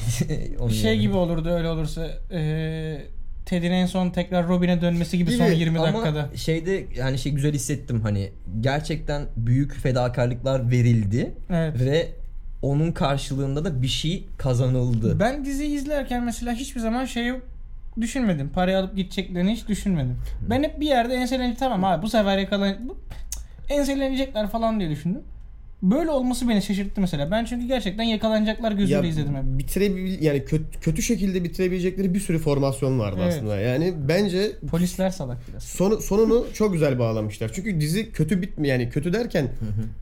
Speaker 4: *laughs* Onun
Speaker 1: şey
Speaker 4: yerine.
Speaker 1: gibi olurdu öyle olursa eee Ted'in en son tekrar Robin'e dönmesi gibi, son
Speaker 2: Gibi.
Speaker 1: 20
Speaker 4: Ama
Speaker 1: dakikada.
Speaker 4: şeyde yani şey güzel hissettim hani gerçekten büyük fedakarlıklar verildi
Speaker 1: Evet.
Speaker 4: ve onun karşılığında da bir şey kazanıldı.
Speaker 1: Ben diziyi izlerken mesela hiçbir zaman şeyi düşünmedim. Parayı alıp gideceklerini hiç düşünmedim. Ben hep bir yerde enselenecek tamam abi bu sefer yakalan bu- cık, enselenecekler falan diye düşündüm. Böyle olması beni şaşırttı mesela. Ben çünkü gerçekten yakalanacaklar gözüyle izledim hep.
Speaker 2: bitirebil yani kötü, kötü şekilde bitirebilecekleri bir sürü formasyon vardı
Speaker 1: Evet.
Speaker 2: aslında. Yani bence
Speaker 1: Polisler salak biraz.
Speaker 2: Sonu, sonunu çok güzel bağlamışlar. Çünkü dizi kötü bitme yani kötü derken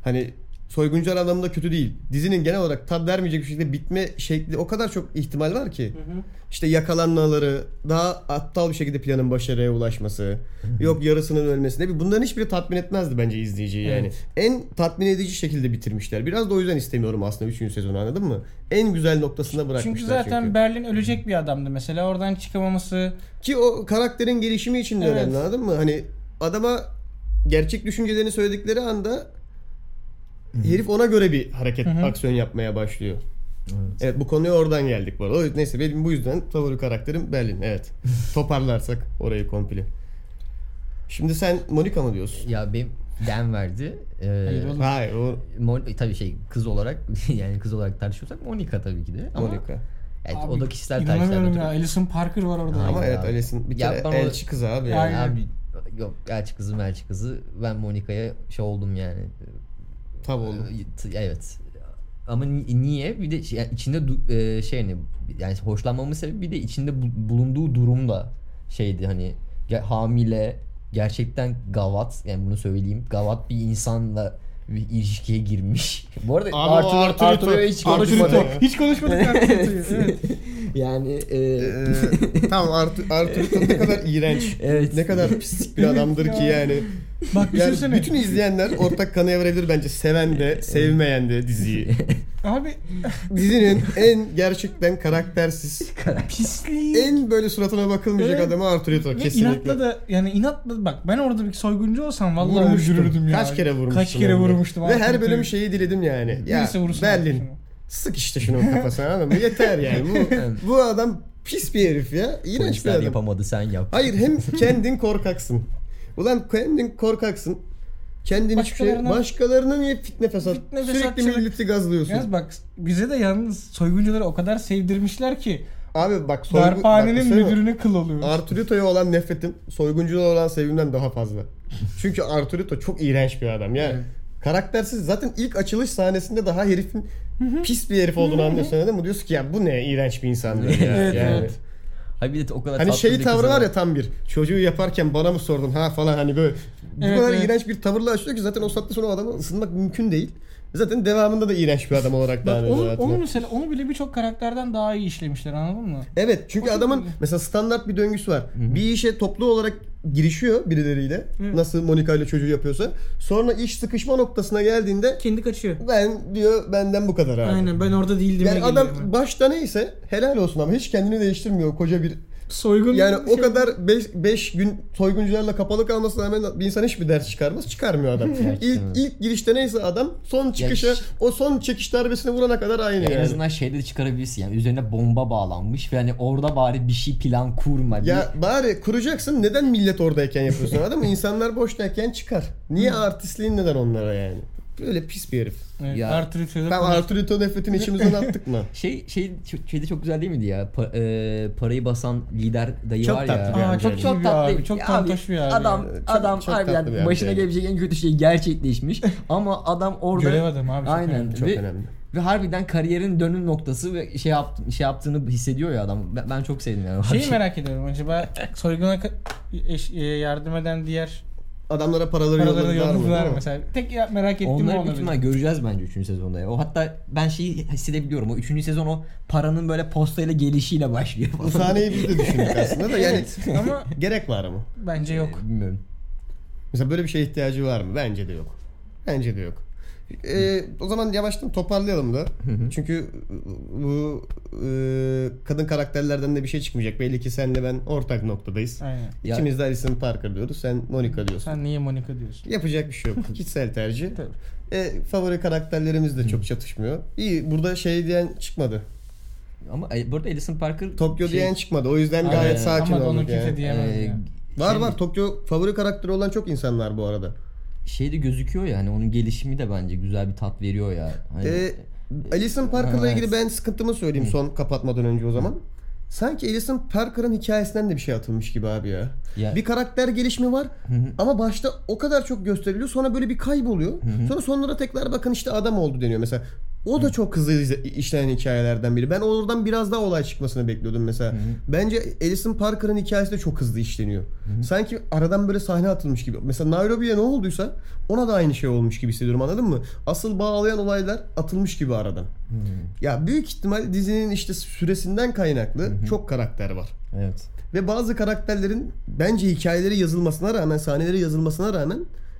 Speaker 2: hani soyguncular anlamında kötü değil. Dizinin genel olarak tad vermeyecek bir şekilde bitme şekli o kadar çok ihtimal var ki. İşte yakalanmaları, daha aptal bir şekilde planın başarıya ulaşması, yok yarısının ölmesi ne bi- bunların hiçbiri tatmin etmezdi bence izleyiciyi yani. En tatmin edici şekilde bitirmişler. Biraz da o yüzden istemiyorum aslında 3. sezonu anladın mı? En güzel noktasında bırakmışlar
Speaker 1: Çünkü zaten
Speaker 2: çünkü.
Speaker 1: Berlin ölecek bir adamdı mesela. Oradan çıkamaması
Speaker 2: Ki o karakterin gelişimi için de
Speaker 1: Evet.
Speaker 2: önemli anladın mı? Hani adama gerçek düşüncelerini söyledikleri anda herif ona göre bir hareket, aksiyon yapmaya başlıyor. Evet. bu konuya oradan geldik bu arada. O- Neyse benim bu yüzden favori karakterim Berlin. Evet. Toparlarsak orayı komple. Şimdi sen Monica mı diyorsun?
Speaker 4: Ya benim den verdi. Ee,
Speaker 1: Hayır oğlum.
Speaker 2: Hayır o
Speaker 4: Mon- tabii şey kız olarak *laughs* yani kız olarak tartışıyorsak Monica tabii ki de ama
Speaker 2: Monica.
Speaker 4: evet,
Speaker 1: Abi,
Speaker 4: o da kişisel tercihler.
Speaker 1: İnanamıyorum
Speaker 4: ötürü.
Speaker 1: ya. Alison Parker var orada.
Speaker 4: Aynen
Speaker 2: Ama evet
Speaker 4: abi.
Speaker 2: Alice'in bir
Speaker 4: Ya
Speaker 2: kere
Speaker 4: ben o-
Speaker 2: elçi kızı abi. yani.
Speaker 1: Aynen.
Speaker 4: Abi, yok elçi kızı melçi kızı ben Monica'ya şey oldum yani
Speaker 2: Tav oldu.
Speaker 4: T- Evet. Ama ni- niye? Bir de şey- yani içinde du- e, şey hani yani hoşlanmamın sebebi bir de içinde bu- bulunduğu durum da şeydi hani ge- hamile gerçekten gavat yani bunu söyleyeyim gavat bir insanla bir ilişkiye girmiş. *laughs* Bu arada
Speaker 2: Abi o
Speaker 4: Arthur-
Speaker 2: Arthurito-
Speaker 4: Arthur'u hiç
Speaker 2: Arthurito.
Speaker 4: konuşmadık.
Speaker 1: Hiç konuşmadık Arthurito'yu. Evet.
Speaker 4: *laughs* yani e,
Speaker 2: Ee, *laughs* tamam Artur, Arturito ne kadar iğrenç.
Speaker 4: Evet.
Speaker 2: Ne kadar pislik bir adamdır ki yani.
Speaker 1: Bak
Speaker 2: Yani
Speaker 1: düşünsene.
Speaker 2: bütün izleyenler ortak kanıya verebilir bence. Seven de, sevmeyen
Speaker 1: *laughs*
Speaker 2: de
Speaker 4: *laughs*
Speaker 2: diziyi.
Speaker 1: Abi
Speaker 2: Dizinin en gerçekten karaktersiz,
Speaker 1: pisliği.
Speaker 2: en böyle suratına bakılmayacak
Speaker 1: Evet.
Speaker 2: adamı Arturito
Speaker 1: Ve
Speaker 2: kesinlikle.
Speaker 1: inatla da yani inatla bak ben orada bir soyguncu olsam vallahi
Speaker 2: Vurmuştum.
Speaker 1: öldürürdüm ya.
Speaker 2: Kaç kere vurmuştum.
Speaker 1: Kaç kere
Speaker 2: hem de.
Speaker 1: vurmuştum.
Speaker 2: Ve her
Speaker 1: Arthurito'yu.
Speaker 2: bölüm şeyi diledim yani. Ya
Speaker 1: Birisi vursun
Speaker 2: Berlin
Speaker 1: Arthurito'yu.
Speaker 2: sık işte şunun kafasına anladın mı? Yeter yani.
Speaker 1: *laughs*
Speaker 2: Bu, bu adam pis bir herif ya. İğrenç bir
Speaker 4: Polisler
Speaker 2: adam.
Speaker 4: yapamadı sen yap.
Speaker 2: Hayır hem kendin korkaksın. Ulan kendin korkaksın. Kendin hiçbir şey...
Speaker 1: Başkalarına-
Speaker 2: Başkalarına niye fitne fesat?
Speaker 1: Fitne
Speaker 2: Sürekli
Speaker 1: fesatçılık.
Speaker 2: milleti gazlıyorsun.
Speaker 1: Yalnız bak bize de yalnız soyguncuları o kadar sevdirmişler ki
Speaker 2: Abi bak soygu...
Speaker 1: darphanenin
Speaker 2: bak, müdürü...
Speaker 1: müdürüne kıl oluyor.
Speaker 2: Arturito'ya olan nefretim soygunculara olan sevgimden daha fazla. *laughs* Çünkü Arturito çok iğrenç bir adam yani. Karaktersiz. Zaten ilk açılış sahnesinde daha herifin pis bir herif olduğunu anlıyorsun değil mi? Diyorsun ki ya bu ne iğrenç bir insandır ya.
Speaker 1: Evet,
Speaker 2: yani.
Speaker 1: evet.
Speaker 4: Hayır bir de o kadar
Speaker 2: Hani
Speaker 4: tatlı
Speaker 2: şey
Speaker 4: bir
Speaker 2: tavrı
Speaker 4: kız
Speaker 2: var
Speaker 4: ama-
Speaker 2: ya tam bir. Çocuğu yaparken bana mı sordun ha falan hani böyle. Bu
Speaker 1: Evet,
Speaker 2: kadar
Speaker 1: evet.
Speaker 2: iğrenç bir tavırla açıyor ki zaten o saatten sonra o adama ısınmak mümkün değil. Zaten devamında da iğrenç bir adam olarak devam
Speaker 1: Bak
Speaker 2: ediyor
Speaker 1: onu,
Speaker 2: hayatına.
Speaker 1: onu mesela onu bile birçok karakterden daha iyi işlemişler anladın mı?
Speaker 2: Evet çünkü adamın mesela standart bir döngüsü var. Bir işe toplu olarak girişiyor birileriyle. Nasıl Monika ile çocuğu yapıyorsa. Sonra iş sıkışma noktasına geldiğinde
Speaker 1: Kendi kaçıyor.
Speaker 2: ben diyor benden bu kadar abi.
Speaker 1: Aynen ben orada değildim.
Speaker 2: Yani adam başta neyse helal olsun ama hiç kendini değiştirmiyor koca bir
Speaker 1: soygun
Speaker 2: Yani o kadar 5 gün soyguncularla kapalı kalmasına rağmen bir insan hiçbir ders çıkarmaz. Çıkarmıyor
Speaker 4: *laughs*
Speaker 2: adam. ilk, ilk girişte neyse adam son çıkışa
Speaker 4: şş.
Speaker 2: o son çekiş darbesini vurana kadar aynı
Speaker 4: Ya
Speaker 2: yani.
Speaker 4: En azından şeyde de çıkarabilirsin yani üzerine bomba bağlanmış ve hani orada bari bir şey plan kurma. bir-
Speaker 2: Ya bari kuracaksın neden millet oradayken yapıyorsun adam? İnsanlar boştayken çıkar. Niye artistliğin neden onlara yani? Böyle pis bir herif.
Speaker 1: evet,
Speaker 4: Ya-
Speaker 1: Arthurito'da
Speaker 2: Tam Arturito nefretini içimizden
Speaker 1: *laughs*
Speaker 2: attık mı?
Speaker 4: Şey şey ç- şeyde çok güzel değil miydi ya? Pa- e, parayı basan lider dayı
Speaker 2: Çok
Speaker 4: var ya. Şey
Speaker 2: tatlı bir
Speaker 1: Aa,
Speaker 2: amca.
Speaker 1: çok çok
Speaker 4: bir
Speaker 1: tatlı.
Speaker 4: abi.
Speaker 1: Çok
Speaker 4: Ya
Speaker 1: tontoş bir abi.
Speaker 4: Adam
Speaker 2: Çok-
Speaker 4: adam
Speaker 2: çok
Speaker 4: harbiden
Speaker 2: tatlı bir abi
Speaker 4: başına
Speaker 2: yani.
Speaker 4: gelecek en kötü şey gerçekleşmiş ama adam orada
Speaker 1: Görev adamı abi, çok
Speaker 4: Aynen.
Speaker 1: önemli.
Speaker 2: Çok
Speaker 4: ve,
Speaker 2: önemli.
Speaker 4: ve harbiden kariyerin dönüm noktası ve şey yaptı, şey yaptığını hissediyor ya adam. Ben, ben çok sevdim yani. şey
Speaker 1: Şeyi merak ediyorum acaba soyguna ka- eş- e, yardım eden diğer
Speaker 2: Adamlara paraları,
Speaker 1: paraları
Speaker 2: yolladılar mı?
Speaker 1: yolladılar
Speaker 2: değil mi?
Speaker 1: mesela. Tek ya- merak ettiğim
Speaker 4: Onları
Speaker 1: o
Speaker 4: büyük
Speaker 1: olabilir.
Speaker 4: ihtimal göreceğiz bence 3. sezonda ya. O hatta ben şeyi hissedebiliyorum. O 3. sezon o paranın böyle postayla gelişiyle başlıyor
Speaker 2: Bu
Speaker 4: falan.
Speaker 2: sahneyi biz de düşündük aslında da yani
Speaker 1: Ama
Speaker 2: *laughs* gerek var mı?
Speaker 1: bence yok.
Speaker 4: Bilmiyorum.
Speaker 2: Mesela böyle bir şeye ihtiyacı var mı? Bence de yok. Bence de yok. Ee, o zaman yavaştan toparlayalım da. Çünkü bu e, kadın karakterlerden de bir şey çıkmayacak. Belli ki senle ben ortak noktadayız.
Speaker 1: Aynen.
Speaker 4: Ya-
Speaker 2: İkimiz de Alison Parker diyoruz. Sen Monica diyorsun.
Speaker 1: Sen niye Monica diyorsun?
Speaker 2: Yapacak bir şey yok. Kişisel tercih.
Speaker 1: Tabii.
Speaker 2: E, favori karakterlerimiz de çok çatışmıyor. İyi burada şey diyen çıkmadı.
Speaker 4: Ama e, burada Alison Parker
Speaker 2: Tokyo
Speaker 4: şey,
Speaker 2: diyen çıkmadı. O yüzden
Speaker 1: Aynen.
Speaker 2: gayet sakin
Speaker 1: Ama da onu
Speaker 2: olduk
Speaker 1: kimse *laughs*
Speaker 2: yani.
Speaker 1: diyemez
Speaker 4: e,
Speaker 1: ya.
Speaker 2: Var
Speaker 4: şey-
Speaker 2: var Tokyo favori karakteri olan çok insan var bu arada.
Speaker 4: Şeyde gözüküyor ya hani onun gelişimi de bence güzel bir tat veriyor ya. Hani,
Speaker 2: Ee, Alison Parker'la
Speaker 4: Evet.
Speaker 2: ilgili ben sıkıntımı söyleyeyim son kapatmadan önce o zaman. Sanki Alison Parker'ın hikayesinden de bir şey atılmış gibi abi ya.
Speaker 4: Ya-
Speaker 2: Bir karakter gelişimi var ama başta o kadar çok gösteriliyor sonra böyle bir kayboluyor. Sonra sonlara tekrar bakın işte adam oldu deniyor mesela. O da çok hızlı iz- işlenen hikayelerden biri. Ben oradan biraz daha olay çıkmasını bekliyordum mesela. Bence Alison Parker'ın hikayesi de çok hızlı işleniyor. Sanki aradan böyle sahne atılmış gibi. Mesela Nairobi'ye ne olduysa ona da aynı şey olmuş gibi hissediyorum anladın mı? Asıl bağlayan olaylar atılmış gibi aradan.
Speaker 4: hmm,
Speaker 2: Ya büyük ihtimal dizinin işte süresinden kaynaklı çok karakter var.
Speaker 4: evet.
Speaker 2: Ve bazı karakterlerin bence hikayeleri yazılmasına rağmen, sahneleri yazılmasına rağmen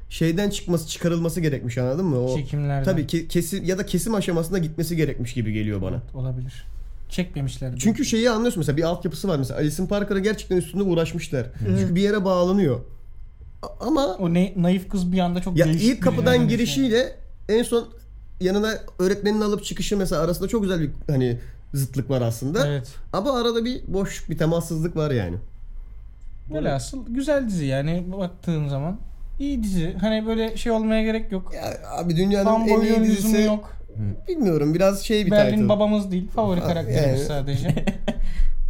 Speaker 2: şeyden çıkması, çıkarılması gerekmiş anladın mı? O
Speaker 1: Çekimlerden.
Speaker 2: Tabii ki kesim ya da kesim aşamasında gitmesi gerekmiş gibi geliyor bana.
Speaker 1: Olabilir. Çekmemişler. bile.
Speaker 2: Çünkü şeyi anlıyorsun mesela bir altyapısı var mesela Alison Parker'a gerçekten üstünde uğraşmışlar. Çünkü bir yere bağlanıyor. A- Ama
Speaker 1: o ne, naif kız bir anda çok
Speaker 2: ya
Speaker 1: değişik
Speaker 2: ilk
Speaker 1: bir şey.
Speaker 2: kapıdan
Speaker 1: yöne
Speaker 2: girişiyle en son yanına öğretmenini alıp çıkışı mesela arasında çok güzel bir hani zıtlık var aslında.
Speaker 1: şey. Evet.
Speaker 2: Ama arada bir boşluk, bir temassızlık var yani.
Speaker 1: Böyle asıl güzel dizi yani baktığın zaman. iyi dizi. Hani böyle şey olmaya gerek yok.
Speaker 2: Ya abi dünyanın en iyi
Speaker 1: Fanboy'un lüzumu
Speaker 2: dizisi
Speaker 1: yok.
Speaker 2: Bilmiyorum biraz şey bir
Speaker 1: Berlin
Speaker 2: title. Ah,
Speaker 1: babamız değil. Favori
Speaker 2: Ha,
Speaker 1: karakterimiz
Speaker 2: yani.
Speaker 1: sadece.
Speaker 2: *laughs*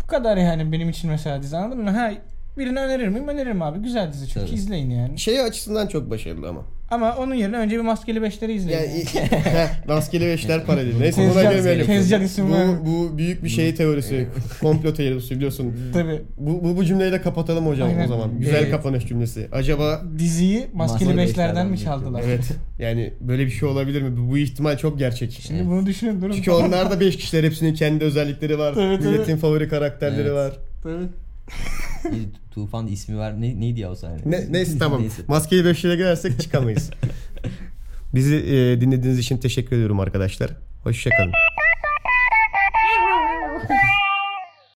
Speaker 1: Bu kadar yani benim için mesela dizi anladın mı? Ha birini önerir miyim? Öneririm abi. Güzel dizi çünkü
Speaker 4: Tabii.
Speaker 1: izleyin yani.
Speaker 2: Şey açısından çok başarılı ama.
Speaker 1: Ama onun yerine önce bir Maskeli Beşleri izleyelim.
Speaker 2: Yani, *laughs* heh, rastgele beşler
Speaker 1: *laughs*
Speaker 2: paralel. Neyse buna
Speaker 1: Tezcan-
Speaker 2: girmeyelim.
Speaker 1: Tezcan isim var.
Speaker 2: bu, bu büyük bir şey teorisi. *laughs* komplo teorisi biliyorsun.
Speaker 1: Tabii.
Speaker 2: Bu, bu, bu cümleyi de kapatalım hocam
Speaker 1: Aynen. Ee,
Speaker 2: o zaman. Güzel
Speaker 4: Evet.
Speaker 2: kapanış cümlesi. Acaba
Speaker 1: Diziyi Maskeli
Speaker 4: Maskeli
Speaker 1: Beşler'den
Speaker 4: Beşler'den
Speaker 1: mi
Speaker 4: mi
Speaker 1: çaldılar?
Speaker 2: evet yani böyle bir şey olabilir mi? Bu- Bu ihtimal çok gerçek.
Speaker 1: Şimdi *laughs* bunu düşünün durun.
Speaker 2: Çünkü onlar da 5 kişiler hepsinin kendi özellikleri var.
Speaker 1: Evet,
Speaker 2: Milletin
Speaker 1: evet.
Speaker 2: favori karakterleri
Speaker 4: Evet.
Speaker 2: var.
Speaker 1: Tabii.
Speaker 4: Bir Tufan ismi var. Ne, neydi ya o sahne?
Speaker 2: Ne, neyse
Speaker 4: *laughs*
Speaker 2: tamam. Maskeyi 5 lira girersek çıkamayız. Bizi e, dinlediğiniz için teşekkür ediyorum arkadaşlar. Hoşçakalın.